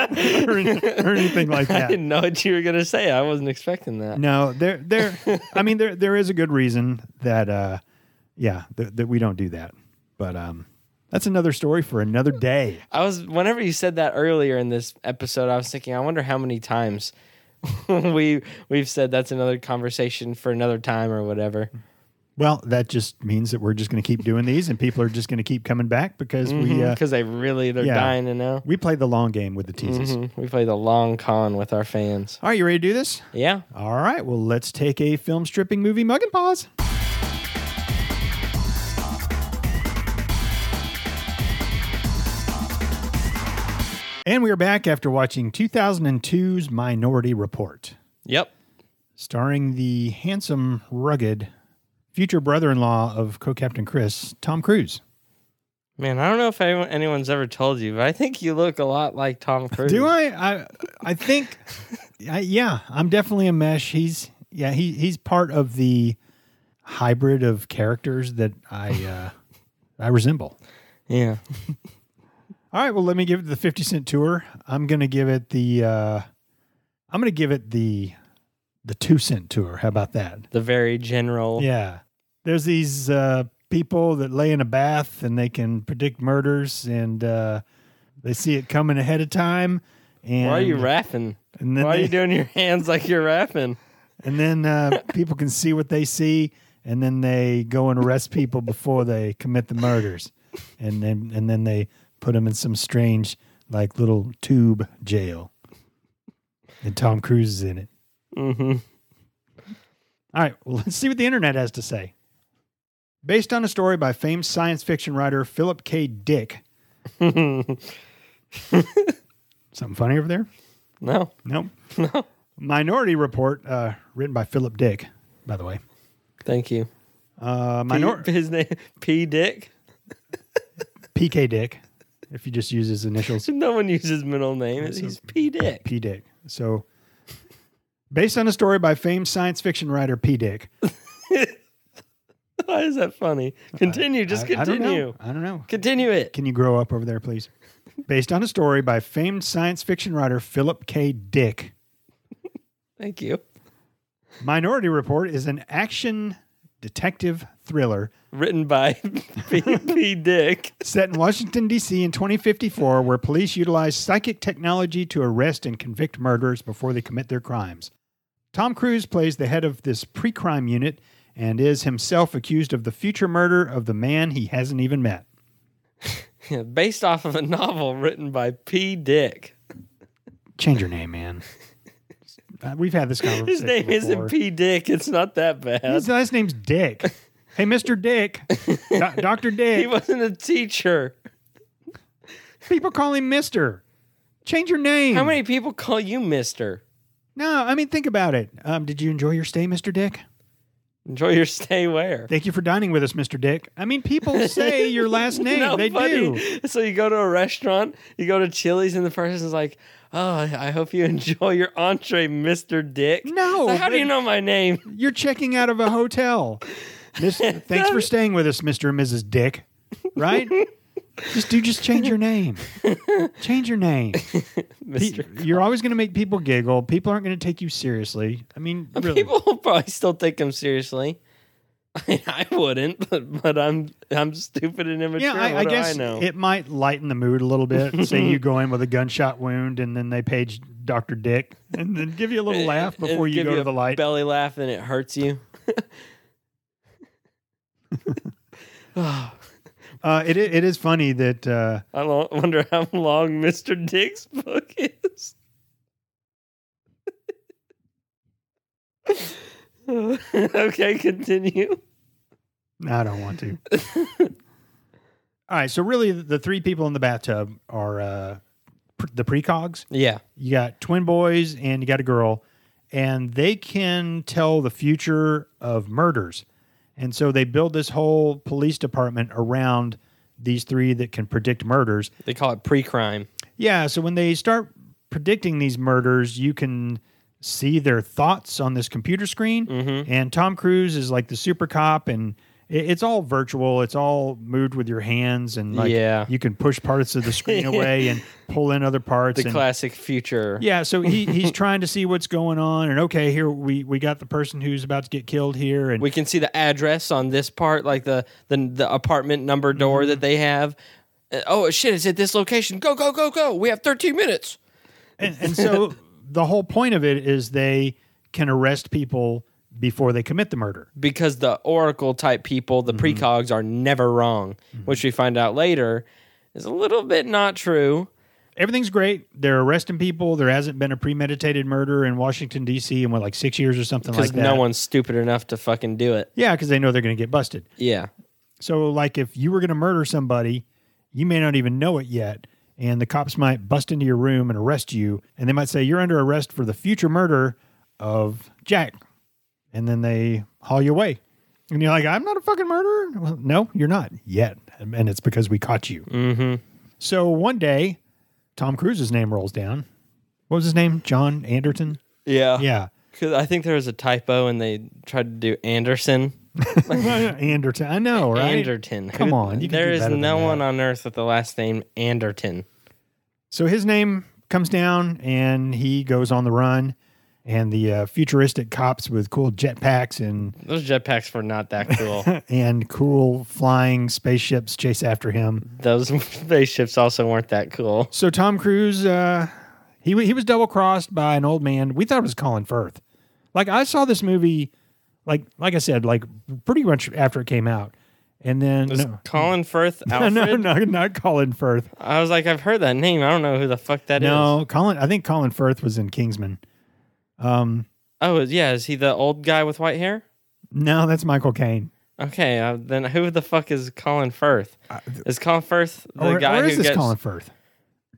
Speaker 1: or, any- or anything like
Speaker 2: I
Speaker 1: that.
Speaker 2: didn't know what you were gonna say. I wasn't expecting that.
Speaker 1: No, there there I mean there there is a good reason that uh yeah, that, that we don't do that. But um that's another story for another day.
Speaker 2: I was whenever you said that earlier in this episode, I was thinking, I wonder how many times we we've said that's another conversation for another time or whatever.
Speaker 1: Well, that just means that we're just going to keep doing these, and people are just going to keep coming back because we uh,
Speaker 2: Because they really they're
Speaker 1: yeah.
Speaker 2: dying to know.
Speaker 1: we play the long game with the teases.
Speaker 2: Mhm. We play the long con with our fans.
Speaker 1: All right, you ready to do this?
Speaker 2: Yeah.
Speaker 1: All right. Well, let's take a film stripping movie mug and pause. And we are back after watching 2002's Minority Report,
Speaker 2: Yep.
Speaker 1: starring the handsome, rugged future brother-in-law of co-captain Chris, Tom Cruise.
Speaker 2: Man, I don't know if anyone, anyone's ever told you, but I think you look a lot like Tom Cruise.
Speaker 1: Do I? I I think, I, yeah, I'm definitely a mesh. He's yeah, he he's part of the hybrid of characters that I uh, I resemble.
Speaker 2: Yeah.
Speaker 1: All right, well, let me give it the 50 cent tour. I'm gonna give it the uh, I'm gonna give it the the two cent tour. How about that?
Speaker 2: The very general.
Speaker 1: Yeah. There's these uh, people that lay in a bath and they can predict murders and uh, they see it coming ahead of time. And
Speaker 2: Why are you rapping?
Speaker 1: and then
Speaker 2: Why are
Speaker 1: they-
Speaker 2: you doing your hands like you're rapping?
Speaker 1: and then uh, people can see what they see, and then they go and arrest people before they commit the murders, and then and then they put them in some strange like little tube jail, and Tom Cruise is in it.
Speaker 2: Mm-hmm.
Speaker 1: All right, well, let's see what the internet has to say. Based on a story by famed science fiction writer Philip K. Dick. Something funny over there?
Speaker 2: No.
Speaker 1: Nope. Minority Report, uh, written by Philip Dick, by the way.
Speaker 2: Thank you.
Speaker 1: Uh,
Speaker 2: P-
Speaker 1: minor-
Speaker 2: his name P Dick.
Speaker 1: PK Dick, if you just use his initials,
Speaker 2: No one uses his middle name. He's P Dick.
Speaker 1: P Dick. So, based on a story by famed science fiction writer P Dick.
Speaker 2: Why is that funny? Continue. Just
Speaker 1: I- I don't know.
Speaker 2: continue.
Speaker 1: I don't know.
Speaker 2: Continue it.
Speaker 1: Can you grow up over there, please? Based on a story by famed science fiction writer Philip K. Dick.
Speaker 2: Thank you.
Speaker 1: Minority Report is an action detective thriller
Speaker 2: Written by P. P. Dick.
Speaker 1: set in Washington, D.C. in 2054, where police utilize psychic technology to arrest and convict murderers before they commit their crimes. Tom Cruise plays the head of this pre crime unit and is himself accused of the future murder of the man he hasn't even met.
Speaker 2: Yeah, Based off of a novel written by P. Dick.
Speaker 1: Change your name, man. Uh, We've had this conversation.
Speaker 2: His name
Speaker 1: before.
Speaker 2: isn't P. Dick. It's not that bad.
Speaker 1: His last name's Dick. Hey, Mr. Dick, Do- Dr.
Speaker 2: He
Speaker 1: Dick.
Speaker 2: wasn't a teacher.
Speaker 1: People call him Mr. Change your name.
Speaker 2: How many people call you Mister?
Speaker 1: No, I mean, think about it. Um, did you enjoy your stay, Mr. Dick?
Speaker 2: Enjoy your stay where?
Speaker 1: Thank you for dining with us, Mr. Dick. I mean, people say your last name.
Speaker 2: No,
Speaker 1: they
Speaker 2: funny.
Speaker 1: do.
Speaker 2: So you go to a restaurant, you go to Chili's, and the person's like, "Oh, I I hope you enjoy your entree, Mister Dick."
Speaker 1: No,
Speaker 2: So how do
Speaker 1: they-
Speaker 2: you know my name?
Speaker 1: You're checking out of a hotel. Miss, thanks for staying with us, Mr. and Mrs. Dick. Right? just do just change your name. Change your name. Pe-
Speaker 2: Mister.
Speaker 1: You're always going to make people giggle. People aren't going to take you seriously. I mean, really.
Speaker 2: People will probably still take him seriously. I, mean, I wouldn't, but, but I'm I'm stupid and immature.
Speaker 1: yeah, I,
Speaker 2: what
Speaker 1: I
Speaker 2: do
Speaker 1: guess
Speaker 2: I know.
Speaker 1: it might lighten the mood a little bit. Say you go in with a gunshot wound, and then they page Doctor Dick, and then give you a little laugh
Speaker 2: It'll
Speaker 1: before you
Speaker 2: give
Speaker 1: go
Speaker 2: you
Speaker 1: to
Speaker 2: a
Speaker 1: the light.
Speaker 2: Belly laugh and it hurts you. Oh,
Speaker 1: Uh, it i- it is funny that uh,
Speaker 2: I lo- wonder how long Mr. Dick's book is. okay, continue.
Speaker 1: I don't want to. All right, so really, the three people in the bathtub are uh, pr- the precogs.
Speaker 2: Yeah.
Speaker 1: You got twin boys, and you got a girl, and they can tell the future of murders, and so they build this whole police department around these three that can predict murders.
Speaker 2: They call it pre crime.
Speaker 1: Yeah, so when they start predicting these murders, you can see their thoughts on this computer screen.
Speaker 2: Mm-hmm.
Speaker 1: And Tom Cruise is like the super cop, and it, it's all virtual. It's all moved with your hands, and like
Speaker 2: Yeah.
Speaker 1: you can push parts of the screen away and pull in other parts.
Speaker 2: The
Speaker 1: and,
Speaker 2: classic future.
Speaker 1: yeah, so he, he's trying to see what's going on, and okay, here we we got the person who's about to get killed here, and
Speaker 2: We can see the address on this part, like the the, the apartment number door
Speaker 1: Mm-hmm.
Speaker 2: that they have. Uh, Oh shit! It's at this location. Go go go go! We have thirteen minutes.
Speaker 1: and, and so the whole point of it is they can arrest people before they commit the murder.
Speaker 2: because the oracle type people, the
Speaker 1: Mm-hmm.
Speaker 2: precogs, are never wrong, which we find out later is a little bit not true.
Speaker 1: everything's great. They're arresting people. There hasn't been a premeditated murder in Washington D.C. in what like six years or something
Speaker 2: Because
Speaker 1: like that.
Speaker 2: no one's stupid enough to fucking do it.
Speaker 1: yeah, because they know they're going to get busted.
Speaker 2: Yeah.
Speaker 1: So like, if you were going to murder somebody, you may not even know it yet, and the cops might bust into your room and arrest you, and they might say you're under arrest for the future murder of Jack, and then they haul you away. And you're like, I'm not a fucking murderer. Well, no, you're not yet, and it's because we caught you. So one day, Tom Cruise's name rolls down. What was his name? John Anderton.
Speaker 2: Yeah.
Speaker 1: Yeah,
Speaker 2: Because I think there was a typo and they tried to do Anderson.
Speaker 1: Anderton. I know, right?
Speaker 2: Anderton.
Speaker 1: Come
Speaker 2: Who-
Speaker 1: on, you can
Speaker 2: there
Speaker 1: do
Speaker 2: is
Speaker 1: better than
Speaker 2: no
Speaker 1: that.
Speaker 2: one on earth with the last name Anderton.
Speaker 1: So his name comes down and he goes on the run. And the uh, futuristic cops with cool jetpacks and
Speaker 2: Those jetpacks were not that cool.
Speaker 1: and cool flying spaceships chase after him.
Speaker 2: Those spaceships also weren't that cool.
Speaker 1: So Tom Cruise, uh, he w- he was double crossed by an old man. We thought it was Colin Firth. Like I saw this movie, like like I said, like pretty much after it came out. And then
Speaker 2: Was
Speaker 1: no,
Speaker 2: Colin Firth
Speaker 1: no,
Speaker 2: Alfred?
Speaker 1: no, no, not Colin Firth.
Speaker 2: I was like, I've heard that name. I don't know who the fuck that is.
Speaker 1: No, Colin. I think Colin Firth was in Kingsman.
Speaker 2: Oh, is- yeah. Is he the old guy with white hair?
Speaker 1: No, that's Michael Caine.
Speaker 2: Okay, uh, then who the fuck is Colin Firth? is Colin Firth the
Speaker 1: Uh, or,
Speaker 2: guy
Speaker 1: or
Speaker 2: who
Speaker 1: is this
Speaker 2: gets?
Speaker 1: Colin Firth?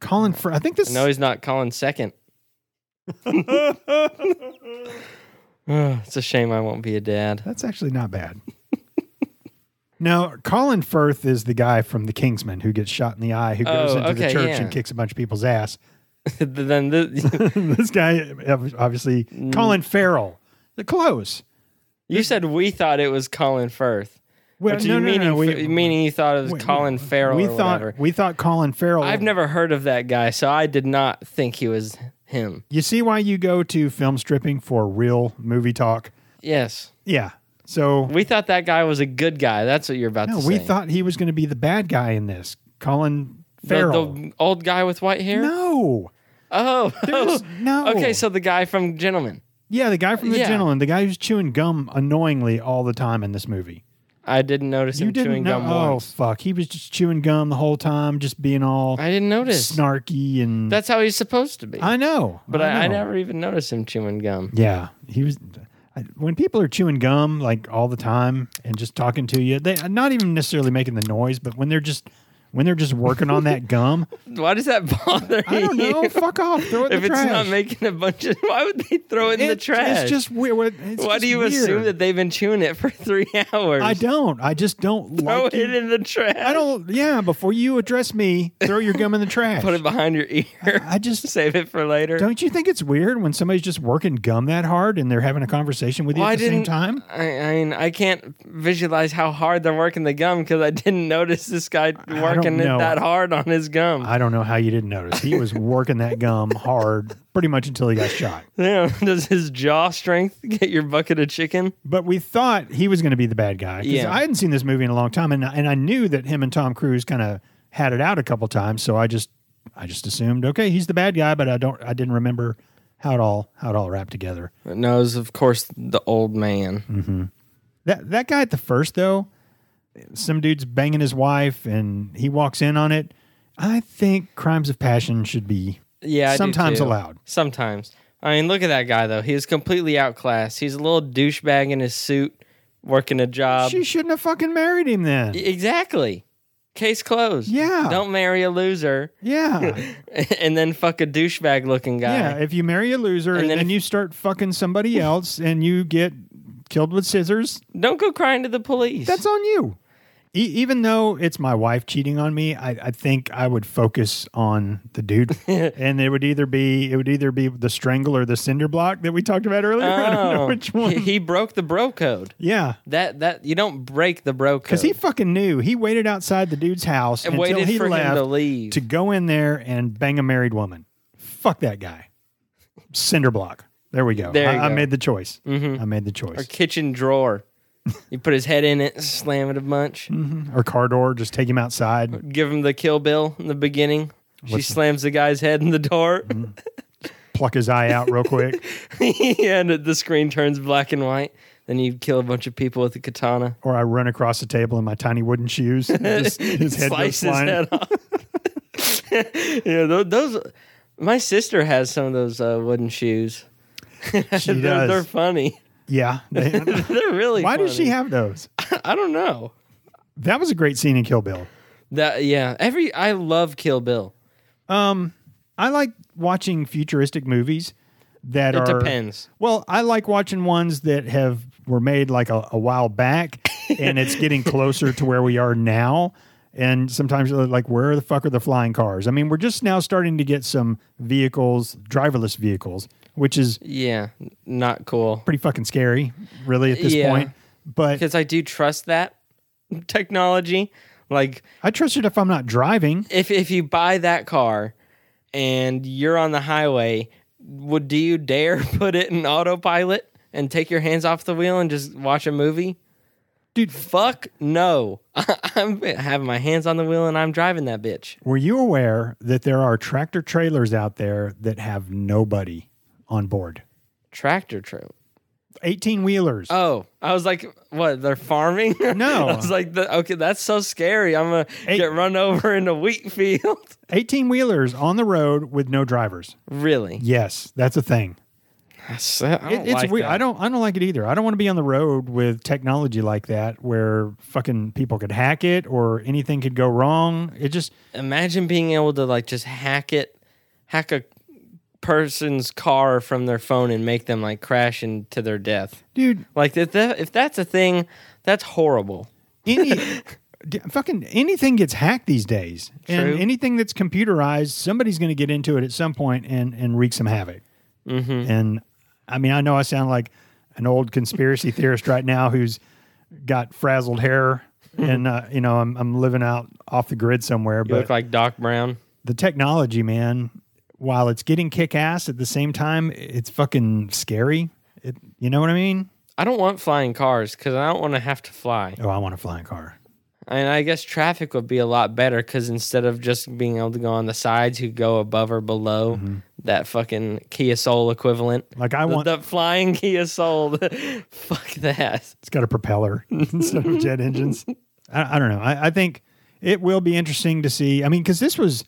Speaker 1: Colin Firth. I think this.
Speaker 2: No, he's not Colin Second. Ugh, it's a shame I won't be a dad.
Speaker 1: that's actually not bad. no, Colin Firth is the guy from The Kingsman who gets shot in the eye, who goes
Speaker 2: Oh,
Speaker 1: into the
Speaker 2: okay,
Speaker 1: church
Speaker 2: yeah.
Speaker 1: and kicks a bunch of people's ass.
Speaker 2: then the,
Speaker 1: this guy, obviously,
Speaker 2: Mm.
Speaker 1: Colin Farrell. They're close.
Speaker 2: you said we thought it was Colin Firth.
Speaker 1: Well,
Speaker 2: But do you mean you f- meaning you thought it was
Speaker 1: we-
Speaker 2: Colin Farrell
Speaker 1: we
Speaker 2: or
Speaker 1: thought
Speaker 2: whatever?
Speaker 1: we thought Colin Farrell.
Speaker 2: I've never heard of that guy, so I did not think he was him.
Speaker 1: You see why you go to film stripping for real movie talk?
Speaker 2: Yes,
Speaker 1: Yeah. So
Speaker 2: we thought that guy was a good guy. That's what you're about
Speaker 1: no,
Speaker 2: to say.
Speaker 1: we thought he was going to be the bad guy in this. Colin
Speaker 2: the,
Speaker 1: Farrell.
Speaker 2: the old guy with white hair.
Speaker 1: No.
Speaker 2: Oh,
Speaker 1: There's no.
Speaker 2: Okay, so the guy from Gentleman.
Speaker 1: yeah, the guy from the
Speaker 2: Yeah.
Speaker 1: gentleman, the guy who's chewing gum annoyingly all the time in this movie.
Speaker 2: I didn't notice
Speaker 1: You
Speaker 2: him
Speaker 1: didn't
Speaker 2: chewing
Speaker 1: know?
Speaker 2: gum
Speaker 1: oh
Speaker 2: once.
Speaker 1: fuck, he was just chewing gum the whole time, just being all
Speaker 2: I didn't notice.
Speaker 1: snarky and.
Speaker 2: That's how he's supposed to be.
Speaker 1: I know,
Speaker 2: but I, I
Speaker 1: know.
Speaker 2: never even noticed him chewing gum.
Speaker 1: Yeah, he was. when people are chewing gum like all the time and just talking to you, they not even necessarily making the noise, but when they're just when they're just working on that gum,
Speaker 2: Why does that bother
Speaker 1: I don't
Speaker 2: you?
Speaker 1: know. Fuck off. Throw it in
Speaker 2: if
Speaker 1: the
Speaker 2: it's
Speaker 1: trash.
Speaker 2: not making a bunch of, why would they throw it in the
Speaker 1: It-
Speaker 2: trash?
Speaker 1: It's just weird. It's
Speaker 2: why
Speaker 1: just
Speaker 2: do you
Speaker 1: weird.
Speaker 2: assume that they've been chewing it for three hours?
Speaker 1: I don't. I just don't
Speaker 2: throw
Speaker 1: like
Speaker 2: it
Speaker 1: you.
Speaker 2: in the trash.
Speaker 1: I don't. Yeah, before you address me, throw your gum in the trash.
Speaker 2: put it behind your ear.
Speaker 1: I just-
Speaker 2: save it for later.
Speaker 1: Don't you think it's weird when somebody's just working gum that hard and they're having a conversation with you
Speaker 2: Well,
Speaker 1: at the same time?
Speaker 2: I, I mean, I can't visualize how hard they're working the gum because I didn't notice this guy
Speaker 1: don't
Speaker 2: working it
Speaker 1: know.
Speaker 2: that hard on his gum.
Speaker 1: I don't know how you didn't notice. He was working that gum hard pretty much until he got shot.
Speaker 2: Damn, does his jaw strength get your bucket of chicken?
Speaker 1: But we thought he was going to be the bad guy. 'cause
Speaker 2: Yeah.
Speaker 1: I hadn't seen this movie in a long time, and and I knew that him and Tom Cruise kind of had it out a couple times. So I just I just assumed okay, he's the bad guy, but I don't I didn't remember how it all how it all wrapped together.
Speaker 2: No, it's of course the old man.
Speaker 1: Mm-hmm. That that guy at the first though, some dude's banging his wife, and he walks in on it. I think crimes of passion should be
Speaker 2: Yeah, I do
Speaker 1: sometimes
Speaker 2: too.
Speaker 1: allowed.
Speaker 2: Sometimes. I mean, look at that guy though. He is completely outclassed. He's a little douchebag in his suit, working a job. E,
Speaker 1: she shouldn't have fucking married him then.
Speaker 2: exactly. Case closed.
Speaker 1: Yeah.
Speaker 2: Don't marry a loser
Speaker 1: Yeah.
Speaker 2: and then fuck a douchebag looking guy.
Speaker 1: Yeah, if you marry a loser and,
Speaker 2: then
Speaker 1: then,
Speaker 2: if-
Speaker 1: you start fucking somebody else and you get killed with scissors,
Speaker 2: Don't go crying to the police.
Speaker 1: that's on you. E- even though it's my wife cheating on me, I, I think I would focus on the dude, and it would either be it would either be the strangle or the cinder block that we talked about earlier. I don't know
Speaker 2: Oh.
Speaker 1: which one.
Speaker 2: He, he broke the bro code.
Speaker 1: yeah,
Speaker 2: That that you don't break the bro code.
Speaker 1: because he fucking knew. He waited outside the dude's house
Speaker 2: And
Speaker 1: until
Speaker 2: waited
Speaker 1: he
Speaker 2: for him
Speaker 1: left
Speaker 2: to leave.
Speaker 1: to go in there and bang a married woman. Fuck that guy. Cinder block. There we go.
Speaker 2: There
Speaker 1: I,
Speaker 2: you
Speaker 1: I
Speaker 2: go. Mm-hmm.
Speaker 1: made the choice. I made the choice.
Speaker 2: Or kitchen drawer. you put his head in it, slam it a bunch.
Speaker 1: or car door, just take him outside.
Speaker 2: Give him the kill bill in the beginning. She slams the guy's head in the door,
Speaker 1: Pluck his eye out real quick. Mm.
Speaker 2: and the screen turns black and white. Then you kill a bunch of people with a katana.
Speaker 1: or I run across the table in my tiny wooden shoes. and Just, his head goes
Speaker 2: Slice his
Speaker 1: flying.
Speaker 2: head off. yeah, tho- those. My sister has some of those uh, wooden shoes.
Speaker 1: She
Speaker 2: They're,
Speaker 1: does.
Speaker 2: they're funny.
Speaker 1: yeah. they-
Speaker 2: They're really.
Speaker 1: why does she
Speaker 2: funny.
Speaker 1: have those?
Speaker 2: I don't know.
Speaker 1: That was a great scene in Kill Bill.
Speaker 2: That yeah. Every I love Kill Bill.
Speaker 1: I like watching futuristic movies that
Speaker 2: It
Speaker 1: are.
Speaker 2: depends.
Speaker 1: Well, I like watching ones that have were made like a, a while back, and it's getting closer to where we are now. And sometimes you're like, where the fuck are the flying cars? I mean, we're just now starting to get some vehicles, driverless vehicles, which is
Speaker 2: Yeah, n- not cool.
Speaker 1: pretty fucking scary, really, at this
Speaker 2: Yeah.
Speaker 1: point. But
Speaker 2: Because I do trust that technology. Like
Speaker 1: I trust it if I'm not driving.
Speaker 2: if if you buy that car and you're on the highway, would do you dare put it in autopilot and take your hands off the wheel and just watch a movie?
Speaker 1: Dude.
Speaker 2: fuck no. I'm having my hands on the wheel and I'm driving that bitch.
Speaker 1: Were you aware that there are tractor trailers out there that have nobody on board?
Speaker 2: Tractor trailer.
Speaker 1: 18 wheelers.
Speaker 2: Oh, I was like, what? They're farming?
Speaker 1: No.
Speaker 2: I was like, the, okay, that's so scary. I'm gonna get run over in a wheat field.
Speaker 1: 18 wheelers on the road with no drivers.
Speaker 2: really?
Speaker 1: Yes, that's a thing.
Speaker 2: That's, I don't
Speaker 1: It- it's
Speaker 2: like
Speaker 1: weird.
Speaker 2: that.
Speaker 1: I don't I don't like it either. I don't want to be on the road with technology like that where fucking people could hack it or anything could go wrong. It just
Speaker 2: Imagine being able to like just hack it, hack a person's car from their phone and make them like crash into their death.
Speaker 1: dude,
Speaker 2: Like if that, if that's a thing, that's horrible.
Speaker 1: any d- fucking anything gets hacked these days
Speaker 2: True.
Speaker 1: and anything that's computerized somebody's going to get into it at some point and and wreak some havoc
Speaker 2: Mm-hmm.
Speaker 1: and i mean i know i sound like an old conspiracy theorist right now who's got frazzled hair
Speaker 2: Mm-hmm.
Speaker 1: and uh, you know I'm, I'm living out off the grid somewhere
Speaker 2: You
Speaker 1: but
Speaker 2: look like Doc Brown.
Speaker 1: the technology man while it's getting kick-ass at the same time it's fucking scary it, you know what i mean
Speaker 2: I don't want flying cars because I don't want to have to fly.
Speaker 1: oh i want a flying car
Speaker 2: And I guess traffic would be a lot better because instead of just being able to go on the sides, you go above or below that fucking Kia Soul equivalent.
Speaker 1: like Mm-hmm. i
Speaker 2: The-
Speaker 1: want
Speaker 2: the flying Kia Soul. Fuck that.
Speaker 1: It's got a propeller instead of jet engines. I, I don't know. I, I think it will be interesting to see. I mean, because this was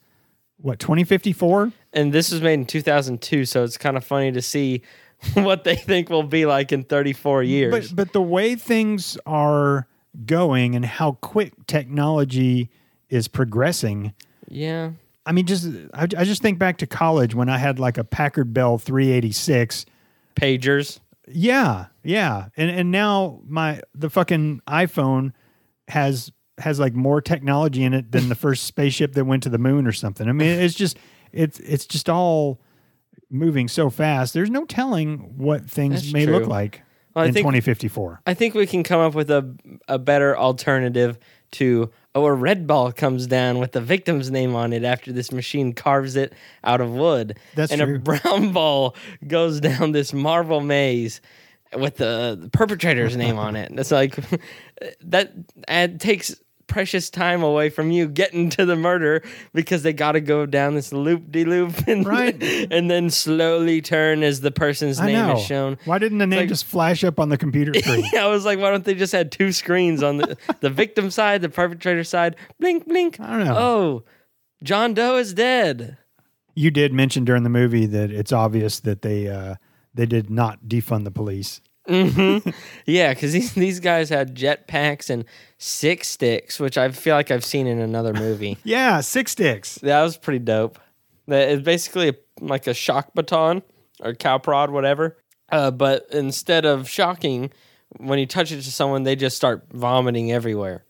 Speaker 1: what 2054.
Speaker 2: And this was made in 2002, so it's kind of funny to see what they think will be like in 34 years.
Speaker 1: But but the way things are going and how quick technology is progressing,
Speaker 2: yeah.
Speaker 1: I mean, just I, I just think back to college when I had like a Packard Bell 386.
Speaker 2: Pagers.
Speaker 1: Yeah, yeah, and and now my the fucking iPhone has has like more technology in it than the first spaceship that went to the moon or something. I mean, it's just it's it's just all moving so fast. There's no telling what things
Speaker 2: That's
Speaker 1: may
Speaker 2: true.
Speaker 1: look like
Speaker 2: Well, I
Speaker 1: in
Speaker 2: think-
Speaker 1: 2054.
Speaker 2: I think we can come up with a a better alternative to oh a red ball comes down with the victim's name on it after this machine carves it out of wood.
Speaker 1: That's
Speaker 2: and
Speaker 1: true.
Speaker 2: a brown ball goes down this marble maze with the perpetrator's name on it. And it's like that it takes precious time away from you getting to the murder because they got to go down this loop de loop and
Speaker 1: Right.
Speaker 2: and then slowly turn as the person's
Speaker 1: I
Speaker 2: name
Speaker 1: know.
Speaker 2: is shown.
Speaker 1: Why didn't the name
Speaker 2: like-
Speaker 1: just flash up on the computer screen?
Speaker 2: Yeah, I was like, why don't they just had two screens on the, the victim side, the perpetrator side? Blink, blink.
Speaker 1: I don't know.
Speaker 2: Oh, John Doe is dead.
Speaker 1: You did mention during the movie that it's obvious that they uh, they did not defund the police.
Speaker 2: Yeah, because these, these guys had jet packs and six sticks, which I feel like I've seen in another movie.
Speaker 1: Yeah, six sticks.
Speaker 2: that was pretty dope. That is basically like a shock baton or cow prod, whatever. Uh, but instead of shocking, when you touch it to someone, they just start vomiting everywhere.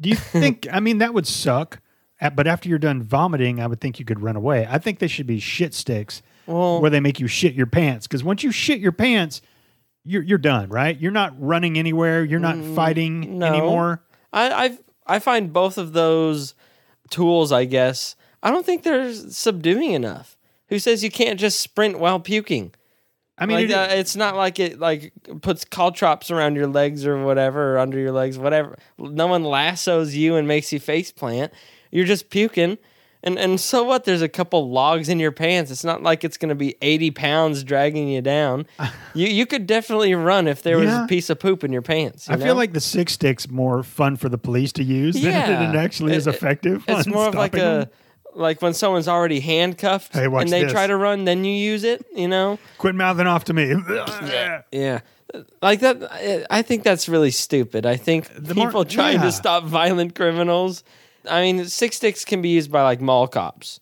Speaker 1: Do you think? I mean, that would suck. Uh, But after you're done vomiting, I would think you could run away. I think they should be shit sticks,
Speaker 2: Well-
Speaker 1: where they make you shit your pants. Because once you shit your pants, you're you're done, right? You're not running anywhere. You're not fighting
Speaker 2: Mm, no.
Speaker 1: anymore.
Speaker 2: I I've, I find both of those tools, I guess. I don't think they're subduing enough. Who says you can't just sprint while puking?
Speaker 1: I
Speaker 2: I
Speaker 1: mean,
Speaker 2: mean,
Speaker 1: it-
Speaker 2: like, uh, it's not like it like puts caltrops around your legs or whatever, or under your legs, whatever. No one lassos you and makes you face plant. You're just puking. And, and so what? There's a couple logs in your pants. It's not like it's going to be 80 pounds dragging you down. you you could definitely run if there was
Speaker 1: Yeah.
Speaker 2: a piece of poop in your pants. you
Speaker 1: I feel
Speaker 2: know?
Speaker 1: like the six sticks more fun for the police to use
Speaker 2: Yeah.
Speaker 1: than it actually is
Speaker 2: It- it-
Speaker 1: effective.
Speaker 2: It's
Speaker 1: on
Speaker 2: more of like
Speaker 1: stopping them.
Speaker 2: a like when someone's already handcuffed
Speaker 1: Hey, watch
Speaker 2: and they
Speaker 1: this.
Speaker 2: try to run, then you use it. You know,
Speaker 1: quit mouthing off to me.
Speaker 2: yeah, like that. I- I think that's really stupid. I think
Speaker 1: Uh, more-
Speaker 2: people trying
Speaker 1: yeah.
Speaker 2: to stop violent criminals. I mean, six sticks can be used by like mall cops.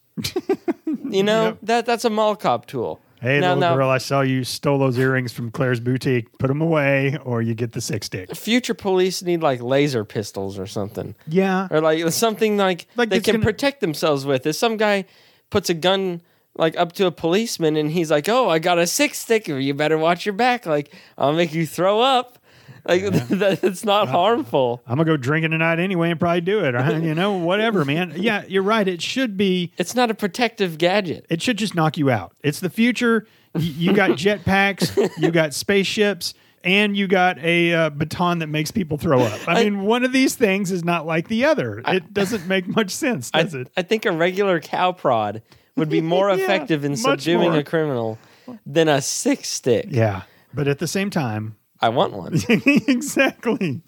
Speaker 2: you know that that's a mall cop tool.
Speaker 1: Hey,
Speaker 2: now,
Speaker 1: little
Speaker 2: now,
Speaker 1: girl, I saw you stole those earrings from Claire's boutique. Put them away, or you get the six stick.
Speaker 2: future police need like laser pistols or something.
Speaker 1: Yeah,
Speaker 2: or like something like,
Speaker 1: Like
Speaker 2: they
Speaker 1: it's
Speaker 2: can
Speaker 1: gonna-
Speaker 2: protect themselves with. If some guy puts a gun like up to a policeman and he's like, "Oh, I got a six sticker. You better watch your back. Like I'll make you throw up." Like that, it's not harmful.
Speaker 1: I'm gonna go drinking tonight anyway, and probably do it. Right? you know, whatever, man. Yeah, you're right. It should be.
Speaker 2: It's not a protective gadget.
Speaker 1: It should just knock you out. It's the future. Y- You got jetpacks. You got spaceships. And you got a uh, baton that makes people throw up. I, mean, one of these things is not like the other. it doesn't make much sense,
Speaker 2: I,
Speaker 1: does it?
Speaker 2: I think a regular cow prod would be more
Speaker 1: Yeah,
Speaker 2: effective in
Speaker 1: much
Speaker 2: subduing
Speaker 1: more.
Speaker 2: a criminal than a six stick.
Speaker 1: Yeah, but at the same time,
Speaker 2: I want one.
Speaker 1: exactly.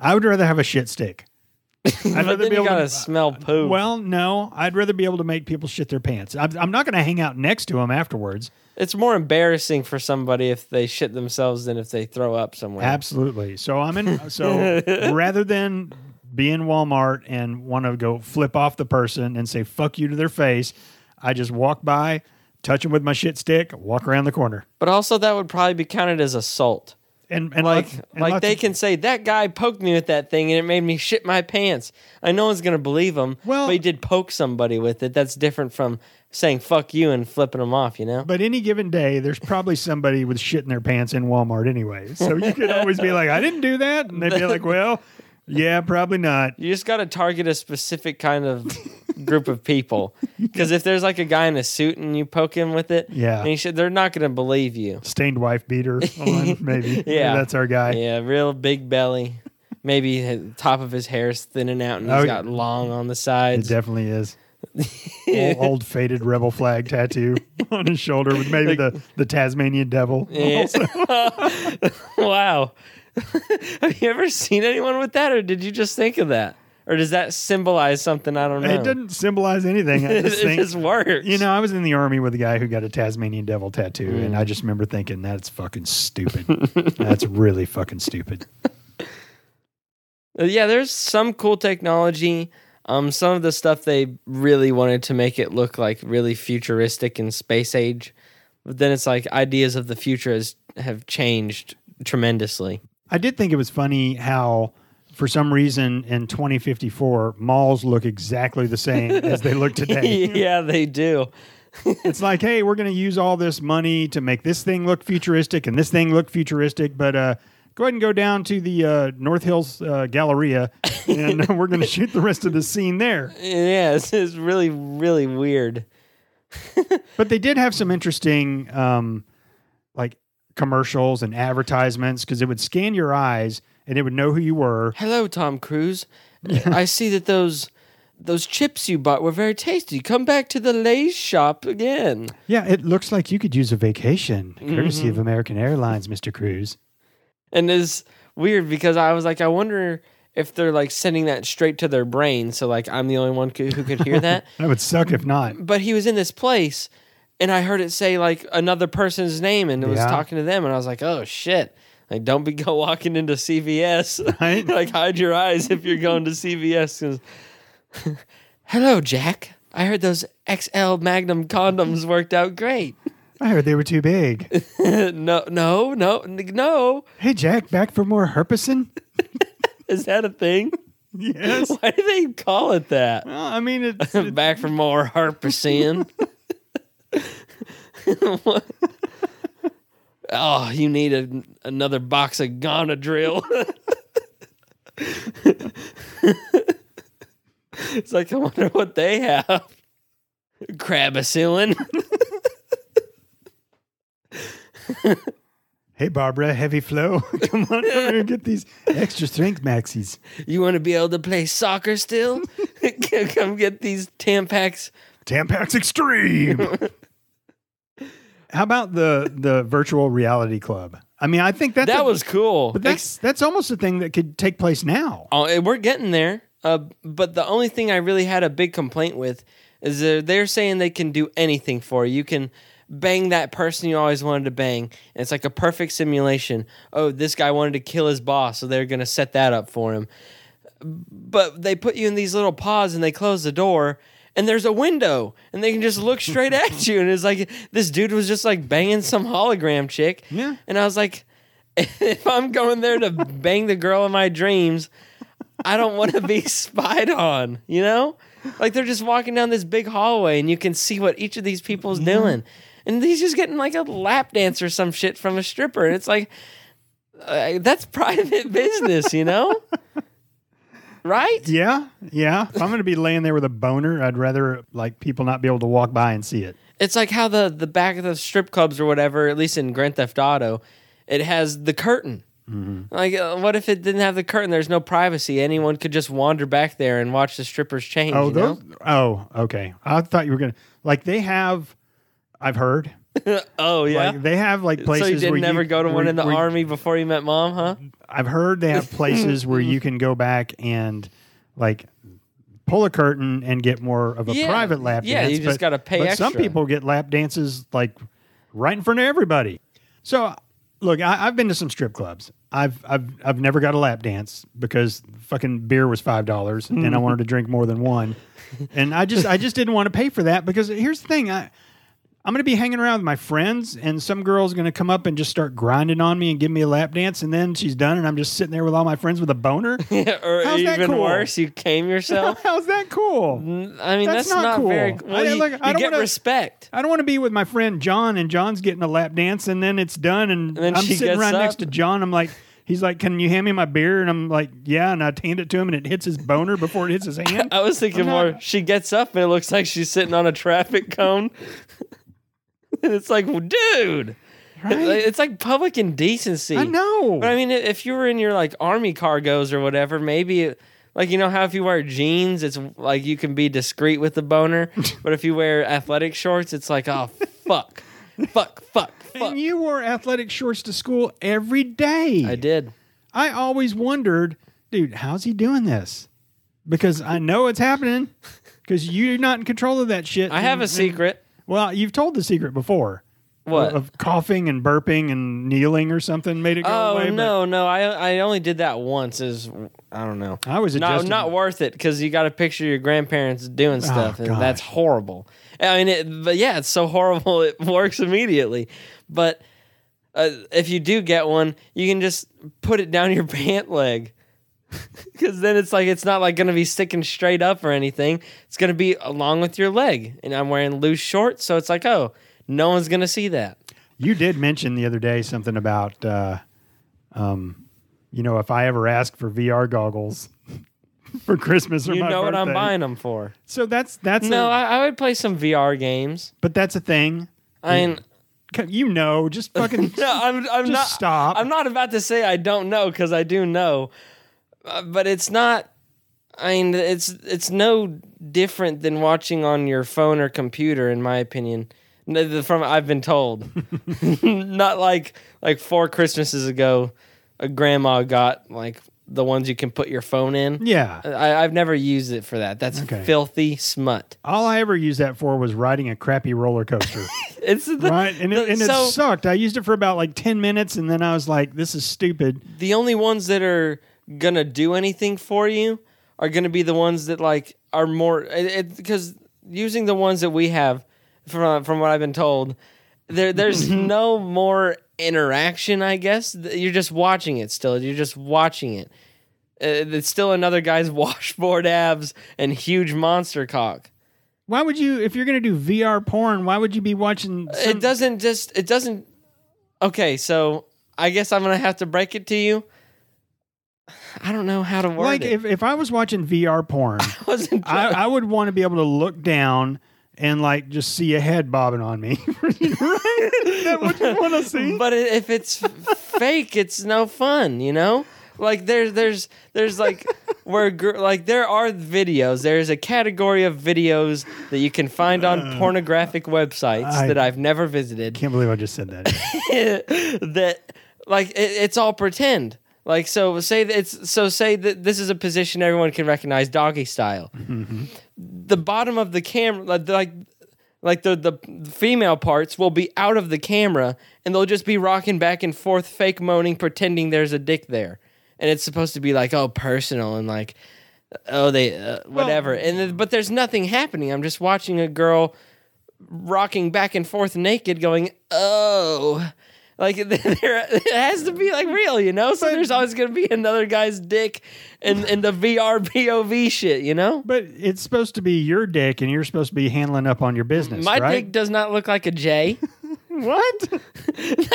Speaker 1: I would rather have a shit stick. I'd
Speaker 2: But then you gotta smell poo.
Speaker 1: Well, no, I'd rather be able to make people shit their pants. I'm, I'm not going to hang out next to them afterwards.
Speaker 2: it's more embarrassing for somebody if they shit themselves than if they throw up somewhere.
Speaker 1: Absolutely. So I'm in. So rather than be in Walmart and want to go flip off the person and say "fuck you" to their face, I just walk by, touch them with my shit stick, walk around the corner,
Speaker 2: But also, that would probably be counted as assault.
Speaker 1: and and
Speaker 2: Like,
Speaker 1: lots- and
Speaker 2: like
Speaker 1: lots
Speaker 2: they
Speaker 1: of-
Speaker 2: can say that guy poked me with that thing and it made me shit my pants. I know one's gonna believe him.
Speaker 1: Well-
Speaker 2: but he did poke somebody with it. That's different from saying "fuck you" and flipping them off. You know.
Speaker 1: But any given day, there's probably somebody with shit in their pants in Walmart anyway. So you could always be like, I didn't do that. And they'd be like, well, yeah, probably not.
Speaker 2: you just gotta target a specific kind of group of people. Because if there's like a guy in a suit and you poke him with it,
Speaker 1: Yeah.
Speaker 2: and you should, they're not gonna believe you.
Speaker 1: Stained wife beater on, maybe.
Speaker 2: Yeah,
Speaker 1: That's our guy.
Speaker 2: Yeah, real big belly. Maybe the top of his hair is thinning out and he's
Speaker 1: Oh,
Speaker 2: got long on the
Speaker 1: It
Speaker 2: sides.
Speaker 1: definitely is. old, old faded rebel flag tattoo on his shoulder with maybe the, the Tasmanian devil.
Speaker 2: Yeah. wow. Have you ever seen anyone with that, or did you just think of that? or does that symbolize something? I don't know.
Speaker 1: It doesn't symbolize anything. I
Speaker 2: Oh. It
Speaker 1: just think,
Speaker 2: just works.
Speaker 1: You know, I was in the army with a guy who got a Tasmanian devil tattoo, and
Speaker 2: Mm.
Speaker 1: I just remember thinking, that's fucking stupid. that's really fucking stupid.
Speaker 2: Uh, Yeah, there's some cool technology. Um, some of the stuff they really wanted to make it look like really futuristic and space age, but then it's like ideas of the future has have changed tremendously.
Speaker 1: I did think it was funny how, for some reason, in 2054, malls look exactly the same as they look today.
Speaker 2: yeah, they do.
Speaker 1: It's like, hey, we're going to use all this money to make this thing look futuristic and this thing look futuristic, but uh, go ahead and go down to the uh, North Hills uh, Galleria, and uh, we're going to shoot the rest of the scene there.
Speaker 2: Yeah, it's, it's really really weird.
Speaker 1: But they did have some interesting, um, like commercials and advertisements because it would scan your eyes and it would know who you were.
Speaker 2: Hello, Tom Cruise. I see that those those chips you bought were very tasty. Come back to the Lay's shop again.
Speaker 1: Yeah, it looks like you could use a vacation, courtesy of American Airlines, Mr. Cruz.
Speaker 2: And it's weird because I was like, I wonder if they're like sending that straight to their brain. So like, I'm the only one co- who could hear that.
Speaker 1: That would suck if not.
Speaker 2: but he was in this place, and I heard it say like another person's name, and it was
Speaker 1: Yeah.
Speaker 2: talking to them, and I was like, oh shit. Like, don't be go walking into CVS.
Speaker 1: Right?
Speaker 2: like, hide your eyes if you're going to CVS. 'cause- Hello, Jack. I heard those XL Magnum condoms worked out great.
Speaker 1: I heard they were too big.
Speaker 2: no, no, no, n- no.
Speaker 1: Hey, Jack, back for more herpesen?
Speaker 2: Is that a thing?
Speaker 1: Yes.
Speaker 2: Why do they call it that?
Speaker 1: Well, I mean, it's, it's-
Speaker 2: Back for more harpacin. oh, you need a, another box of Gonadrill. it's like I wonder what they have. Crabacillin.
Speaker 1: hey, Barbara, heavy flow. Come on over and get these extra strength maxis.
Speaker 2: You want to be able to play soccer still? Come get these Tampax.
Speaker 1: Tampax Extreme. How about the the virtual reality club? I mean, I think that's
Speaker 2: That
Speaker 1: a-
Speaker 2: was cool.
Speaker 1: but that's that's almost a thing that could take place now.
Speaker 2: Oh, eh, we're getting there. Uh, but the only thing I really had a big complaint with is they're, they're saying they can do anything for you. You can bang that person you always wanted to bang. And it's like a perfect simulation. Oh, this guy wanted to kill his boss, so they're going to set that up for him. But they put you in these little pods and they close the door. And there's a window, and they can just look straight at you. And it's like this dude was just like banging some hologram chick.
Speaker 1: Yeah.
Speaker 2: And I was like, if I'm going there to bang the girl in my dreams, I don't want to be spied on, you know? Like they're just walking down this big hallway and you can see what each of these people's doing. And he's just getting like a lap dance or some shit from a stripper. And it's like, uh, that's private business, you know? right?
Speaker 1: Yeah, yeah. If I'm going to be laying there with a boner, I'd rather like people not be able to walk by and see it.
Speaker 2: It's like how the, the back of the strip clubs or whatever, at least in Grand Theft Auto, it has the curtain.
Speaker 1: Mm-hmm.
Speaker 2: Like, uh, what if it didn't have the curtain? There's no privacy. Anyone could just wander back there and watch the strippers change.
Speaker 1: Oh,
Speaker 2: you know?
Speaker 1: those. Oh, okay. I thought you were going to like they have. I've heard
Speaker 2: oh yeah.
Speaker 1: like they have like places
Speaker 2: so you didn't
Speaker 1: where
Speaker 2: ever go to one
Speaker 1: where-
Speaker 2: in the
Speaker 1: where-
Speaker 2: army before you met mom, huh?
Speaker 1: I've heard they have places where you can go back and like pull a curtain and get more of a
Speaker 2: Yeah.
Speaker 1: private lap
Speaker 2: Yeah,
Speaker 1: dance.
Speaker 2: you just
Speaker 1: but-
Speaker 2: gotta pay
Speaker 1: but Some
Speaker 2: extra.
Speaker 1: people get lap dances like right in front of everybody. So look, I, I've been to some strip clubs. I've I've I've never got a lap dance because fucking beer was five dollars and I wanted to drink more than one. And I just I just didn't want to pay for that because here's the thing, I I'm going to be hanging around with my friends, and some girl's going to come up and just start grinding on me and give me a lap dance, and then she's done, and I'm just sitting there with all my friends with a boner.
Speaker 2: or
Speaker 1: How's that
Speaker 2: even
Speaker 1: cool?
Speaker 2: worse, you came yourself.
Speaker 1: How's that cool?
Speaker 2: I mean,
Speaker 1: That's
Speaker 2: that's,
Speaker 1: not
Speaker 2: not,
Speaker 1: cool.
Speaker 2: very.
Speaker 1: I-
Speaker 2: Well, you,
Speaker 1: like, I
Speaker 2: you
Speaker 1: don't
Speaker 2: get
Speaker 1: wanna-
Speaker 2: respect.
Speaker 1: I don't want to be with my friend John, and John's getting a lap dance, and then it's done, and,
Speaker 2: then
Speaker 1: I'm
Speaker 2: she
Speaker 1: sitting
Speaker 2: gets
Speaker 1: right
Speaker 2: up.
Speaker 1: next to John. I'm like, he's like, "Can you hand me my beer?" And I'm like, "Yeah," and I hand it to him, and it hits his boner before it hits his hand.
Speaker 2: I was thinking
Speaker 1: I'm not-
Speaker 2: more. She gets up and it looks like she's sitting on a traffic cone. and it's like, well, dude,
Speaker 1: Right?
Speaker 2: it's like public indecency.
Speaker 1: I know.
Speaker 2: But I mean, i- if you were in your like army cargos or whatever, maybe it- like you know how if you wear jeans, it's like you can be discreet with the boner. but if you wear athletic shorts, it's like oh fuck, fuck, fuck, fuck.
Speaker 1: and you wore athletic shorts to school every day.
Speaker 2: I did.
Speaker 1: I always wondered, dude, how's he doing this? because I know it's happening because you're not in control of that shit.
Speaker 2: I have
Speaker 1: And-
Speaker 2: a
Speaker 1: and-
Speaker 2: secret.
Speaker 1: well, you've told the secret before.
Speaker 2: What?
Speaker 1: Of coughing and burping and kneeling or something made it go
Speaker 2: Oh
Speaker 1: away. but-
Speaker 2: no, no! I I only did that once. Is I don't know.
Speaker 1: I was
Speaker 2: no,
Speaker 1: adjusting.
Speaker 2: not worth it because you got to picture your grandparents doing stuff, and
Speaker 1: Oh, gosh.
Speaker 2: that's horrible. I mean, it, but yeah, it's so horrible. It works immediately, but uh, if you do get one, you can just put it down your pant leg. Because then it's like it's not like gonna be sticking straight up or anything. It's gonna be along with your leg, and I'm wearing loose shorts, so it's like, oh, no one's gonna see that.
Speaker 1: You did mention the other day something about, uh, um, you know, if I ever ask for VR goggles for Christmas or
Speaker 2: You
Speaker 1: my
Speaker 2: know what I'm
Speaker 1: birthday.
Speaker 2: buying them for.
Speaker 1: So that's that's
Speaker 2: No,
Speaker 1: a,
Speaker 2: I, I would play some VR games.
Speaker 1: but that's a thing.
Speaker 2: I mean,
Speaker 1: C- You know, just fucking
Speaker 2: no, I'm, I'm
Speaker 1: Just
Speaker 2: not.
Speaker 1: stop.
Speaker 2: I'm not about to say I don't know because I do know, Uh, but it's not. I mean, it's it's no different than watching on your phone or computer, in my opinion. No, the- From I've been told, not like like four Christmases ago, a grandma got like the ones you can put your phone in.
Speaker 1: yeah.
Speaker 2: I, I've never used it for that. That's
Speaker 1: Okay.
Speaker 2: filthy smut.
Speaker 1: All I ever used that for was riding a crappy roller coaster,
Speaker 2: It's the,
Speaker 1: right? And it, and it
Speaker 2: so-
Speaker 1: sucked. I used it for about like ten minutes, and then I was like, "This is stupid."
Speaker 2: the only ones that are gonna do anything for you are gonna be the ones that like are more because using the ones that we have from from what I've been told, there there's no more interaction. I guess Th- you're just watching it still. You're just watching it. Uh, It's still another guy's washboard abs and huge monster cock.
Speaker 1: Why would you, if you're going to do VR porn, why would you be watching? Some,
Speaker 2: it doesn't just it doesn't okay so i guess i'm gonna have to break it to you i don't know how to word
Speaker 1: like
Speaker 2: it
Speaker 1: if, if I was watching VR porn,
Speaker 2: wasn't
Speaker 1: I, I would want to be able to look down and like just see a head bobbing on me. right? Is that what you want to see?
Speaker 2: but i- if it's fake it's no fun you know like there's there's there's like where gr- like there are videos there's a category of videos that you can find on pornographic websites
Speaker 1: Uh, I-
Speaker 2: that i've never visited
Speaker 1: Can't believe I just said that.
Speaker 2: that like it, it's all pretend. Like so, say that it's so say that this is a position everyone can recognize, doggy style. The bottom of the camera, like the- like, like the the female parts will be out of the camera, and they'll just be rocking back and forth, fake moaning, pretending there's a dick there, and it's supposed to be like oh personal and like oh they uh, whatever, and then- but there's nothing happening. I'm just watching a girl rocking back and forth naked, going, "Oh." Like there, it has to be like real, you know. So there's always gonna be another guy's dick and and the VR POV shit, you know.
Speaker 1: But it's supposed to be your dick, and you're supposed to be handling up on your business,
Speaker 2: My dick
Speaker 1: right?
Speaker 2: does not look like a J.
Speaker 1: What?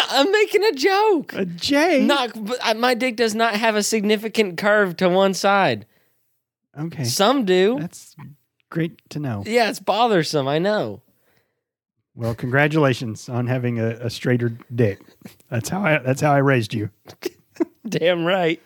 Speaker 2: I'm making a joke.
Speaker 1: A J?
Speaker 2: Not but I- my dick does not have a significant curve to one side.
Speaker 1: Okay.
Speaker 2: Some do.
Speaker 1: That's great to know.
Speaker 2: Yeah, it's bothersome. I know.
Speaker 1: Well, congratulations on having a, a straighter dick. That's how I. That's how I raised you.
Speaker 2: Damn right.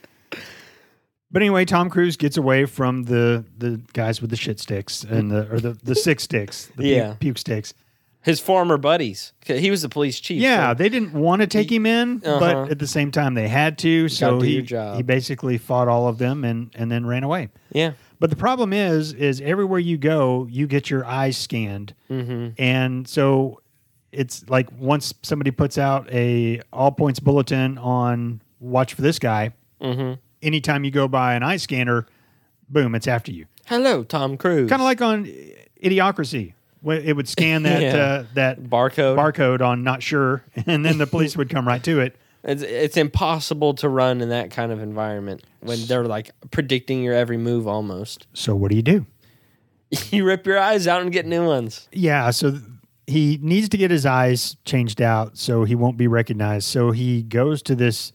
Speaker 1: But anyway, Tom Cruise gets away from the the guys with the shit sticks and the or the the sick sticks, the
Speaker 2: Yeah.
Speaker 1: puke, puke sticks.
Speaker 2: His former buddies. 'Kay, He was the police chief.
Speaker 1: Yeah,
Speaker 2: so-
Speaker 1: they didn't want to take him in,
Speaker 2: Uh-huh.
Speaker 1: but at the same time they had to. So
Speaker 2: do
Speaker 1: he
Speaker 2: your job.
Speaker 1: he basically fought all of them and and then ran away.
Speaker 2: yeah.
Speaker 1: But the problem is, is everywhere you go, you get your eyes scanned,
Speaker 2: Mm-hmm.
Speaker 1: and so it's like once somebody puts out a all points bulletin on watch for this guy.
Speaker 2: Mm-hmm.
Speaker 1: Anytime you go by an eye scanner, boom, it's after you.
Speaker 2: Hello, Tom Cruise.
Speaker 1: Kind of like on Idiocracy, where it would scan that
Speaker 2: Yeah.
Speaker 1: uh, that
Speaker 2: barcode.
Speaker 1: barcode on not sure, and then the police would come right to it.
Speaker 2: It's, it's impossible to run in that kind of environment when they're like predicting your every move almost.
Speaker 1: So what do you do?
Speaker 2: you rip your eyes out and get new ones.
Speaker 1: Yeah, so th- he needs to get his eyes changed out so he won't be recognized. So he goes to this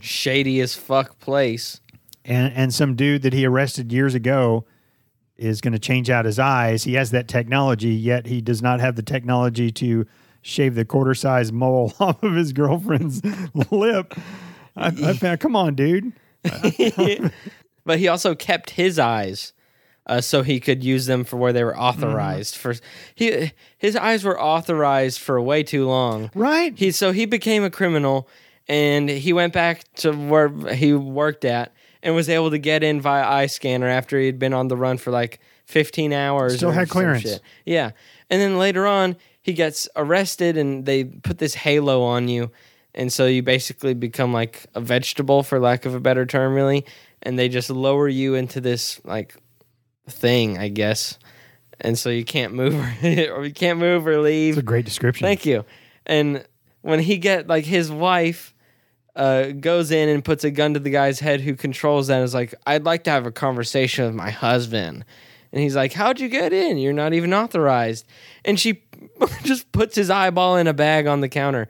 Speaker 2: Shady as fuck place.
Speaker 1: and and some dude that he arrested years ago is going to change out his eyes. He has that technology, yet he does not have the technology to shave the quarter size mole off of his girlfriend's lip. I, I found, come on, dude.
Speaker 2: But he also kept his eyes uh, so he could use them for where they were authorized for he his eyes were authorized for way too long.
Speaker 1: Right?
Speaker 2: He so he became a criminal and he went back to where he worked at and was able to get in via eye scanner after he had been on the run for like 15 hours.
Speaker 1: Still
Speaker 2: or
Speaker 1: had
Speaker 2: some
Speaker 1: clearance.
Speaker 2: shit. Yeah. And then later on, he gets arrested and they put this halo on you. And so you basically become like a vegetable, for lack of a better term, really. And they just lower you into this like thing, I guess. And so you can't move or, or you can't move or leave.
Speaker 1: It's a great description.
Speaker 2: Thank you. And when he get like his wife uh, goes in and puts a gun to the guy's head who controls that and is like, I'd like to have a conversation with my husband. And he's like, How'd you get in? You're not even authorized. And she just puts his eyeball in a bag on the counter.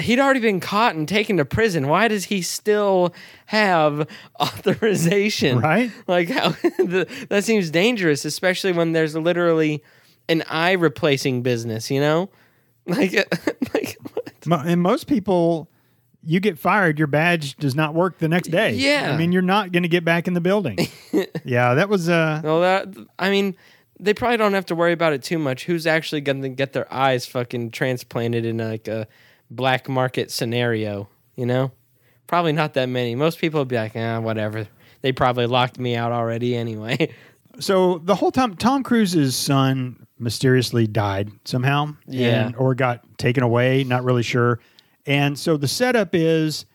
Speaker 2: He'd already been caught and taken to prison. Why does he still have authorization?
Speaker 1: Right?
Speaker 2: Like how the, that seems dangerous, especially when there's literally an eye replacing business. You know, like like what?
Speaker 1: Mo- And most people, you get fired, your badge does not work the next day.
Speaker 2: Yeah.
Speaker 1: I mean, you're not going to get back in the building. yeah, that was, uh,
Speaker 2: Well, that I mean, they probably don't have to worry about it too much. Who's actually going to get their eyes fucking transplanted in like a black market scenario? You know, probably not that many. Most people would be like, ah, whatever. They probably locked me out already anyway.
Speaker 1: so the whole time, Tom Cruise's son mysteriously died somehow.
Speaker 2: Yeah.
Speaker 1: and- or got taken away, not really sure. And so the setup is.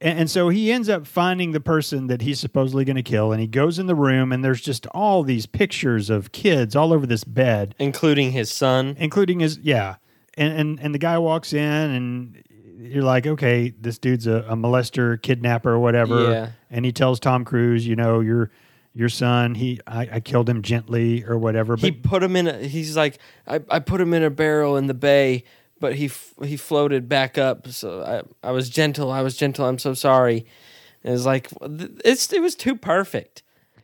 Speaker 1: And and so he ends up finding the person that he's supposedly going to kill, and he goes in the room, and there's just all these pictures of kids all over this bed,
Speaker 2: Including his son.
Speaker 1: including his yeah and and, and the guy walks in and you're like okay this dude's a, a molester kidnapper or whatever
Speaker 2: Yeah.
Speaker 1: and he tells tom cruise you know your your son he i, I killed him gently or whatever but
Speaker 2: he put him in a he's like I, I put him in a barrel in the bay but he f- he floated back up so I, I was gentle i was gentle i'm so sorry and it's like th- it's it was too perfect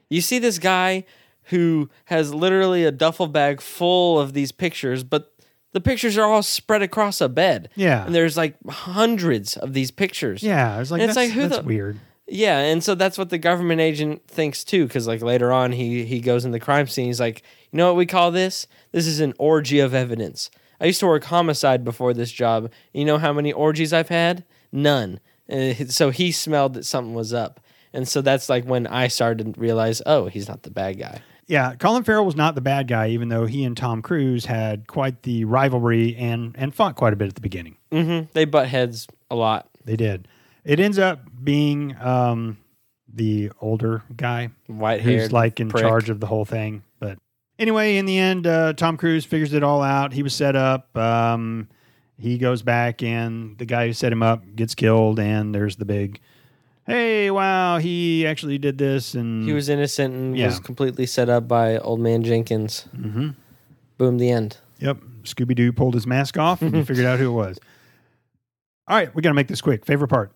Speaker 2: you see this guy who has literally a duffel bag full of these pictures but the pictures are all spread across a bed
Speaker 1: Yeah.
Speaker 2: and there's like hundreds of these pictures
Speaker 1: yeah i was like
Speaker 2: And
Speaker 1: that's,
Speaker 2: it's like, who
Speaker 1: that's
Speaker 2: the-
Speaker 1: weird
Speaker 2: yeah, and so that's what the government agent thinks too, because like later on he he goes in the crime scene. He's like, you know what we call this? This is an orgy of evidence. I used to work homicide before this job. You know how many orgies I've had? None. And so he smelled that something was up, and so that's like when I started to realize, oh, he's not the bad guy.
Speaker 1: yeah colin farrell was not the bad guy even though he and tom cruise had quite the rivalry and and fought quite a bit at the beginning
Speaker 2: Mm-hmm. They butt heads a lot.
Speaker 1: they did it ends up being um the older guy
Speaker 2: White hair,
Speaker 1: who's like in charge of the whole thing. But anyway, in the end, uh, Tom Cruise figures it all out. He was set up. Um, he goes back, and the guy who set him up gets killed. And there's the big, hey, wow, he actually did this. And
Speaker 2: He was innocent and
Speaker 1: Yeah.
Speaker 2: was completely set up by old man Jenkins. Mm-hmm. Boom. The end.
Speaker 1: yep, Scooby Doo pulled his mask off and he figured out who it was. All right, we got to make this quick. Favorite part?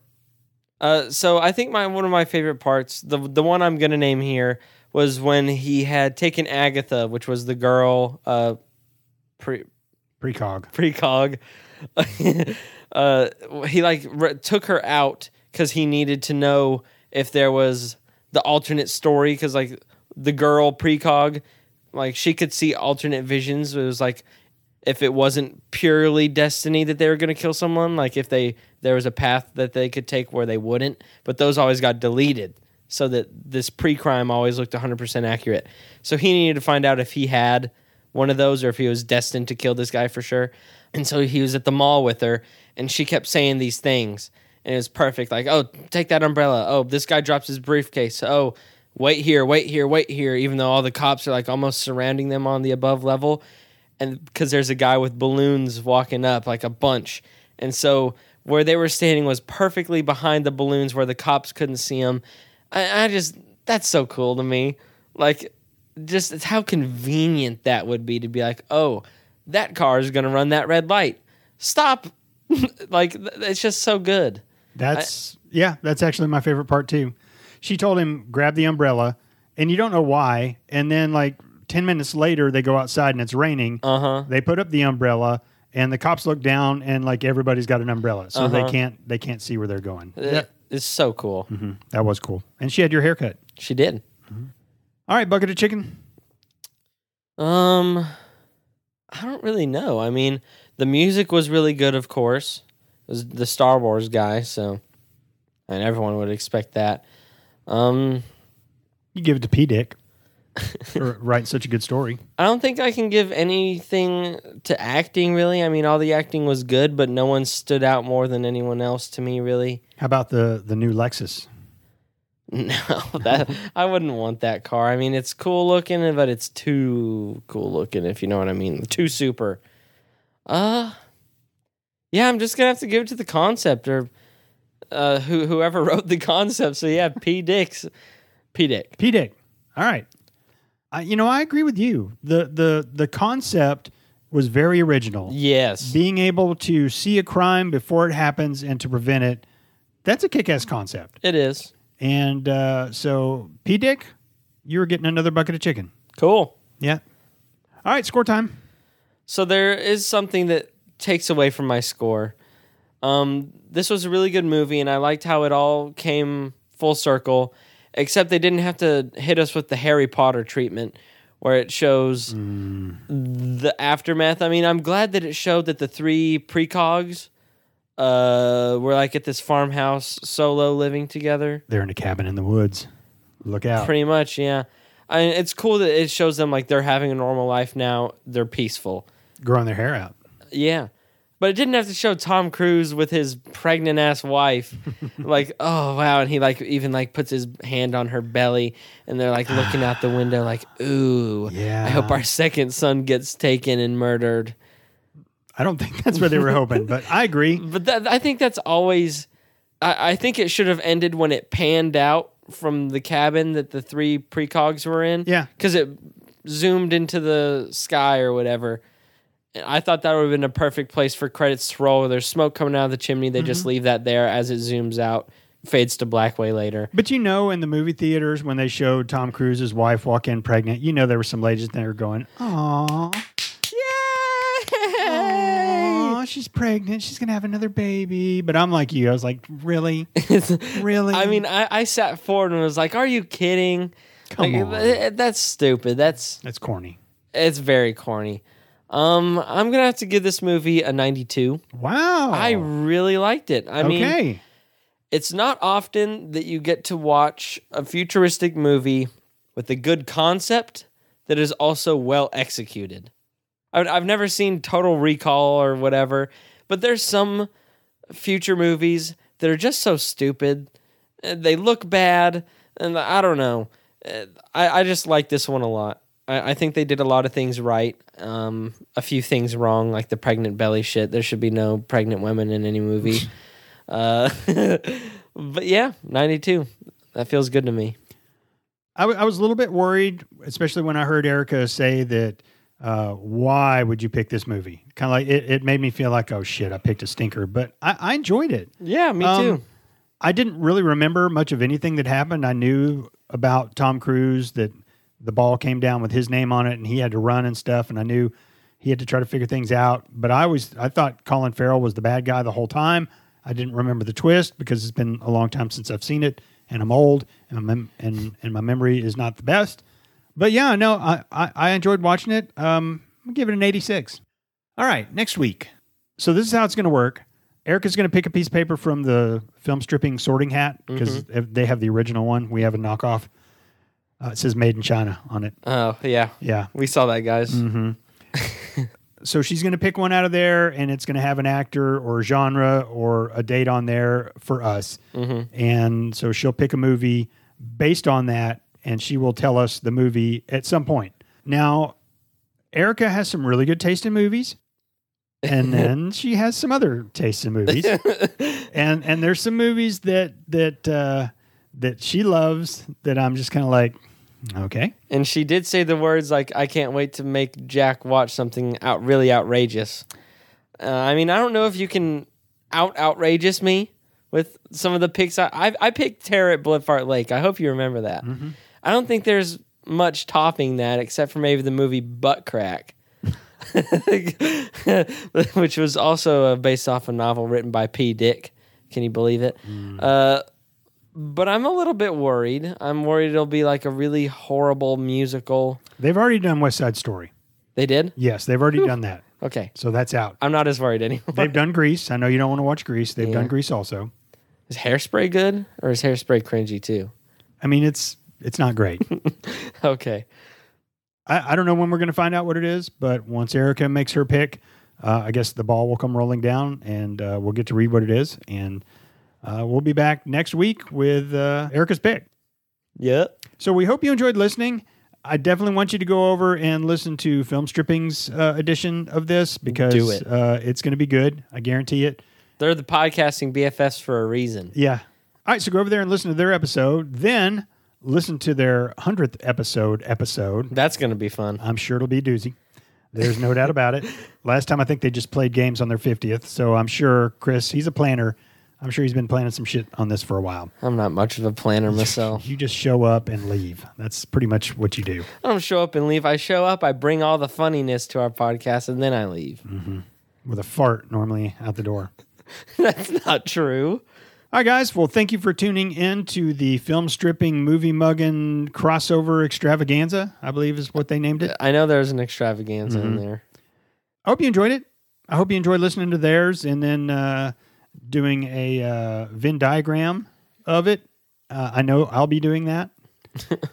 Speaker 2: Uh, so I think my one of my favorite parts, the the one I'm gonna name here, was when he had taken Agatha, which was the girl uh, pre
Speaker 1: Precog.
Speaker 2: precog. uh, he like re- took her out because he needed to know if there was the alternate story because like the girl precog, like she could see alternate visions. It was like if it wasn't purely destiny that they were going to kill someone, like if they there was a path that they could take where they wouldn't, but those always got deleted so that this pre-crime always looked 100% accurate. So he needed to find out if he had one of those or if he was destined to kill this guy for sure. And so he was at the mall with her and she kept saying these things and it was perfect like, "Oh, take that umbrella. Oh, this guy drops his briefcase. Oh, wait here, wait here, wait here," even though all the cops are like almost surrounding them on the above level and because there's a guy with balloons walking up like a bunch and so where they were standing was perfectly behind the balloons where the cops couldn't see them i, I just that's so cool to me like just it's how convenient that would be to be like oh that car is going to run that red light stop like th- it's just so good
Speaker 1: That's yeah, that's actually my favorite part too. She told him grab the umbrella, and you don't know why. And then like ten minutes later, they go outside and it's raining. Uh huh. They put up the umbrella, and the cops look down, and like everybody's got an umbrella, so they can't they can't see where they're going.
Speaker 2: It- it's so cool
Speaker 1: That was cool. And she had your haircut.
Speaker 2: she did
Speaker 1: All right, bucket of chicken.
Speaker 2: Um, I don't really know. I mean, the music was really good, of course. It was the Star Wars guy, so and everyone would expect that. Um,
Speaker 1: You give it to P Dick for writing such a good story.
Speaker 2: I don't think I can give anything to acting really. I mean, all the acting was good, but no one stood out more than anyone else to me really.
Speaker 1: How about the the new Lexus?
Speaker 2: No, that I wouldn't want that car. I mean, it's cool looking, but it's too cool looking if you know what I mean. Too super. Uh Yeah, I'm just going to have to give it to the concept or uh who whoever wrote the concept. So yeah, P Dick's P Dick.
Speaker 1: P Dick. All right. I, you know, I agree with you. The the the concept was very original.
Speaker 2: Yes.
Speaker 1: Being able to see a crime before it happens and to prevent it, that's a kick-ass concept.
Speaker 2: It is.
Speaker 1: And uh, so, P. Dick, you were getting another bucket of chicken.
Speaker 2: Cool.
Speaker 1: Yeah. All right, score time.
Speaker 2: So there is something that takes away from my score. Um, this was a really good movie, and I liked how it all came full circle. Except they didn't have to hit us with the Harry Potter treatment, where it shows the aftermath. I mean, I'm glad that it showed that the three precogs uh, were like at this farmhouse solo living together.
Speaker 1: They're in a cabin in the woods. Look out.
Speaker 2: Pretty much, yeah. I it's cool that it shows them like they're having a normal life now. They're peaceful.
Speaker 1: Growing their hair out.
Speaker 2: Yeah. But it didn't have to show Tom Cruise with his pregnant ass wife. like, oh wow, and he like even like puts his hand on her belly and they're like looking out the window like, "Ooh,
Speaker 1: Yeah.
Speaker 2: I hope our second son gets taken and murdered."
Speaker 1: I don't think that's where they were hoping, but I agree.
Speaker 2: But that, I think that's always I, I think it should have ended when it panned out from the cabin that the three precogs were in.
Speaker 1: Yeah.
Speaker 2: Cuz it zoomed into the sky or whatever. And I thought that would have been a perfect place for credits to roll. There's smoke coming out of the chimney. They
Speaker 1: Mm-hmm.
Speaker 2: just leave that there as it zooms out, fades to black way later.
Speaker 1: But you know, in the movie theaters, when they showed Tom Cruise's wife walk in pregnant, you know there were some ladies that were going, "Aw, aw, she's pregnant. She's gonna have another baby." But I'm like you. I was like, "Really, really?"
Speaker 2: I mean, I, I sat forward and was like, "Are you kidding?
Speaker 1: Come
Speaker 2: Like,
Speaker 1: on.
Speaker 2: th- that's stupid. That's
Speaker 1: that's corny.
Speaker 2: it's very corny." Um, I'm gonna have to give this movie a 92.
Speaker 1: Wow.
Speaker 2: I really liked it. I mean,
Speaker 1: Oh. okay.
Speaker 2: it's not often that you get to watch a futuristic movie with a good concept that is also well executed. I- I've never seen Total Recall or whatever, but there's some future movies that are just so stupid. Uh, They look bad, and I don't know. Uh, I, I just like this one a lot. I, I think they did a lot of things right, um, a few things wrong, like the pregnant belly shit. There should be no pregnant women in any movie. Uh, but yeah, 92. That feels good to me.
Speaker 1: I wa- I was a little bit worried, especially when I heard Erica say that. Uh, why would you pick this movie? Kind of like it, it made me feel like, oh shit, I picked a stinker, but I, I enjoyed it.
Speaker 2: Yeah, me
Speaker 1: Um,
Speaker 2: too.
Speaker 1: I didn't really remember much of anything that happened. I knew about Tom Cruise that the ball came down with his name on it and he had to run and stuff. And I knew he had to try to figure things out. But I always I thought Colin Farrell was the bad guy the whole time. I didn't remember the twist because it's been a long time since I've seen it and I'm old and my, mem- and, and my memory is not the best. But yeah, no, I, I, I enjoyed watching it. Um, I'm giving it an 86. All right, next week. So this is how it's going to work. Erica's going to pick a piece of paper from the film stripping sorting hat because they have the original one. We have a knockoff. Uh, it says "Made in China" on it.
Speaker 2: Oh, yeah.
Speaker 1: Yeah.
Speaker 2: We saw that, guys.
Speaker 1: Mm-hmm. So she's going to pick one out of there, and it's going to have an actor or genre or a date on there for us. And so she'll pick a movie based on that, and she will tell us the movie at some point. Now, Erica has some really good taste in movies, and then she has some other taste in movies. and and there's some movies that that uh, that she loves that I'm just kind of like, okay.
Speaker 2: And she did say the words like, "I can't wait to make Jack watch something out really outrageous." Uh, I mean, I don't know if you can out outrageous me with some of the picks. I I, I picked Terror at Bliffart Lake. I hope you remember that. I don't think there's much topping that except for maybe the movie Butt Crack, which was also uh, based off a novel written by P. Dick. Can you believe it? Uh, but I'm a little bit worried. I'm worried it'll be like a really horrible musical.
Speaker 1: They've already done West Side Story.
Speaker 2: They did?
Speaker 1: Yes, they've already done that.
Speaker 2: Okay.
Speaker 1: So that's out.
Speaker 2: I'm not as worried anymore.
Speaker 1: They've done Grease. I know you don't want to watch Grease. They've done Grease also.
Speaker 2: Is hairspray good or is hairspray cringy too?
Speaker 1: I mean, it's It's not great.
Speaker 2: Okay.
Speaker 1: I, I don't know when we're going to find out what it is, but once Erica makes her pick, uh, I guess the ball will come rolling down and uh, we'll get to read what it is. And uh, we'll be back next week with uh, Erica's pick.
Speaker 2: Yep.
Speaker 1: So we hope you enjoyed listening. I definitely want you to go over and listen to Film Stripping's uh, edition of this because
Speaker 2: Do it.
Speaker 1: Uh, it's going to be good. I guarantee it.
Speaker 2: They're the podcasting BFFs for a reason.
Speaker 1: Yeah. All right. So go over there and listen to their episode. Then listen to their 100th episode episode.
Speaker 2: That's going to be fun.
Speaker 1: I'm sure it'll be a doozy. There's no doubt about it. Last time I think they just played games on their 50th. So I'm sure Chris, he's a planner. I'm sure he's been planning some shit on this for a while.
Speaker 2: I'm not much of a planner myself.
Speaker 1: You just show up and leave. That's pretty much what you do.
Speaker 2: I don't show up and leave. I show up, I bring all the funniness to our podcast, and then I leave.
Speaker 1: with a fart normally out the door.
Speaker 2: That's not true.
Speaker 1: All right, guys. Well, thank you for tuning in to the film stripping, movie mugging crossover extravaganza, I believe is what they named it.
Speaker 2: I know there's an extravaganza in there.
Speaker 1: I hope you enjoyed it. I hope you enjoyed listening to theirs and then uh, doing a uh, Venn diagram of it. Uh, I know I'll be doing that.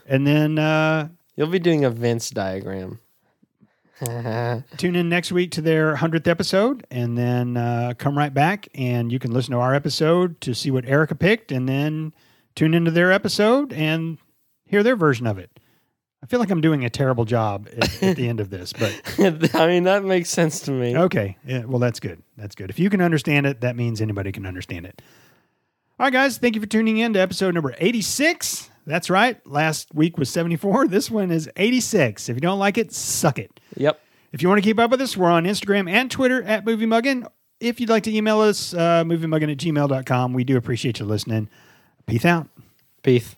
Speaker 1: and then uh,
Speaker 2: You'll be doing a Vince diagram.
Speaker 1: tune in next week to their 100th episode and then uh, come right back and you can listen to our episode to see what erica picked and then tune into their episode and hear their version of it i feel like i'm doing a terrible job at, at the end of this but
Speaker 2: I mean, that makes sense to me.
Speaker 1: okay yeah, well that's good that's good if you can understand it that means anybody can understand it all right guys thank you for tuning in to episode number 86 that's right last week was 74 this one is 86 if you don't like it suck it
Speaker 2: Yep.
Speaker 1: if you want to keep up with us, we're on Instagram and Twitter at Movie Muggin. If you'd like to email us, uh, moviemuggin at gmail.com. We do appreciate you listening. Peace out.
Speaker 2: Peace.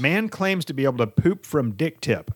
Speaker 1: Man claims to be able to poop from dick tip.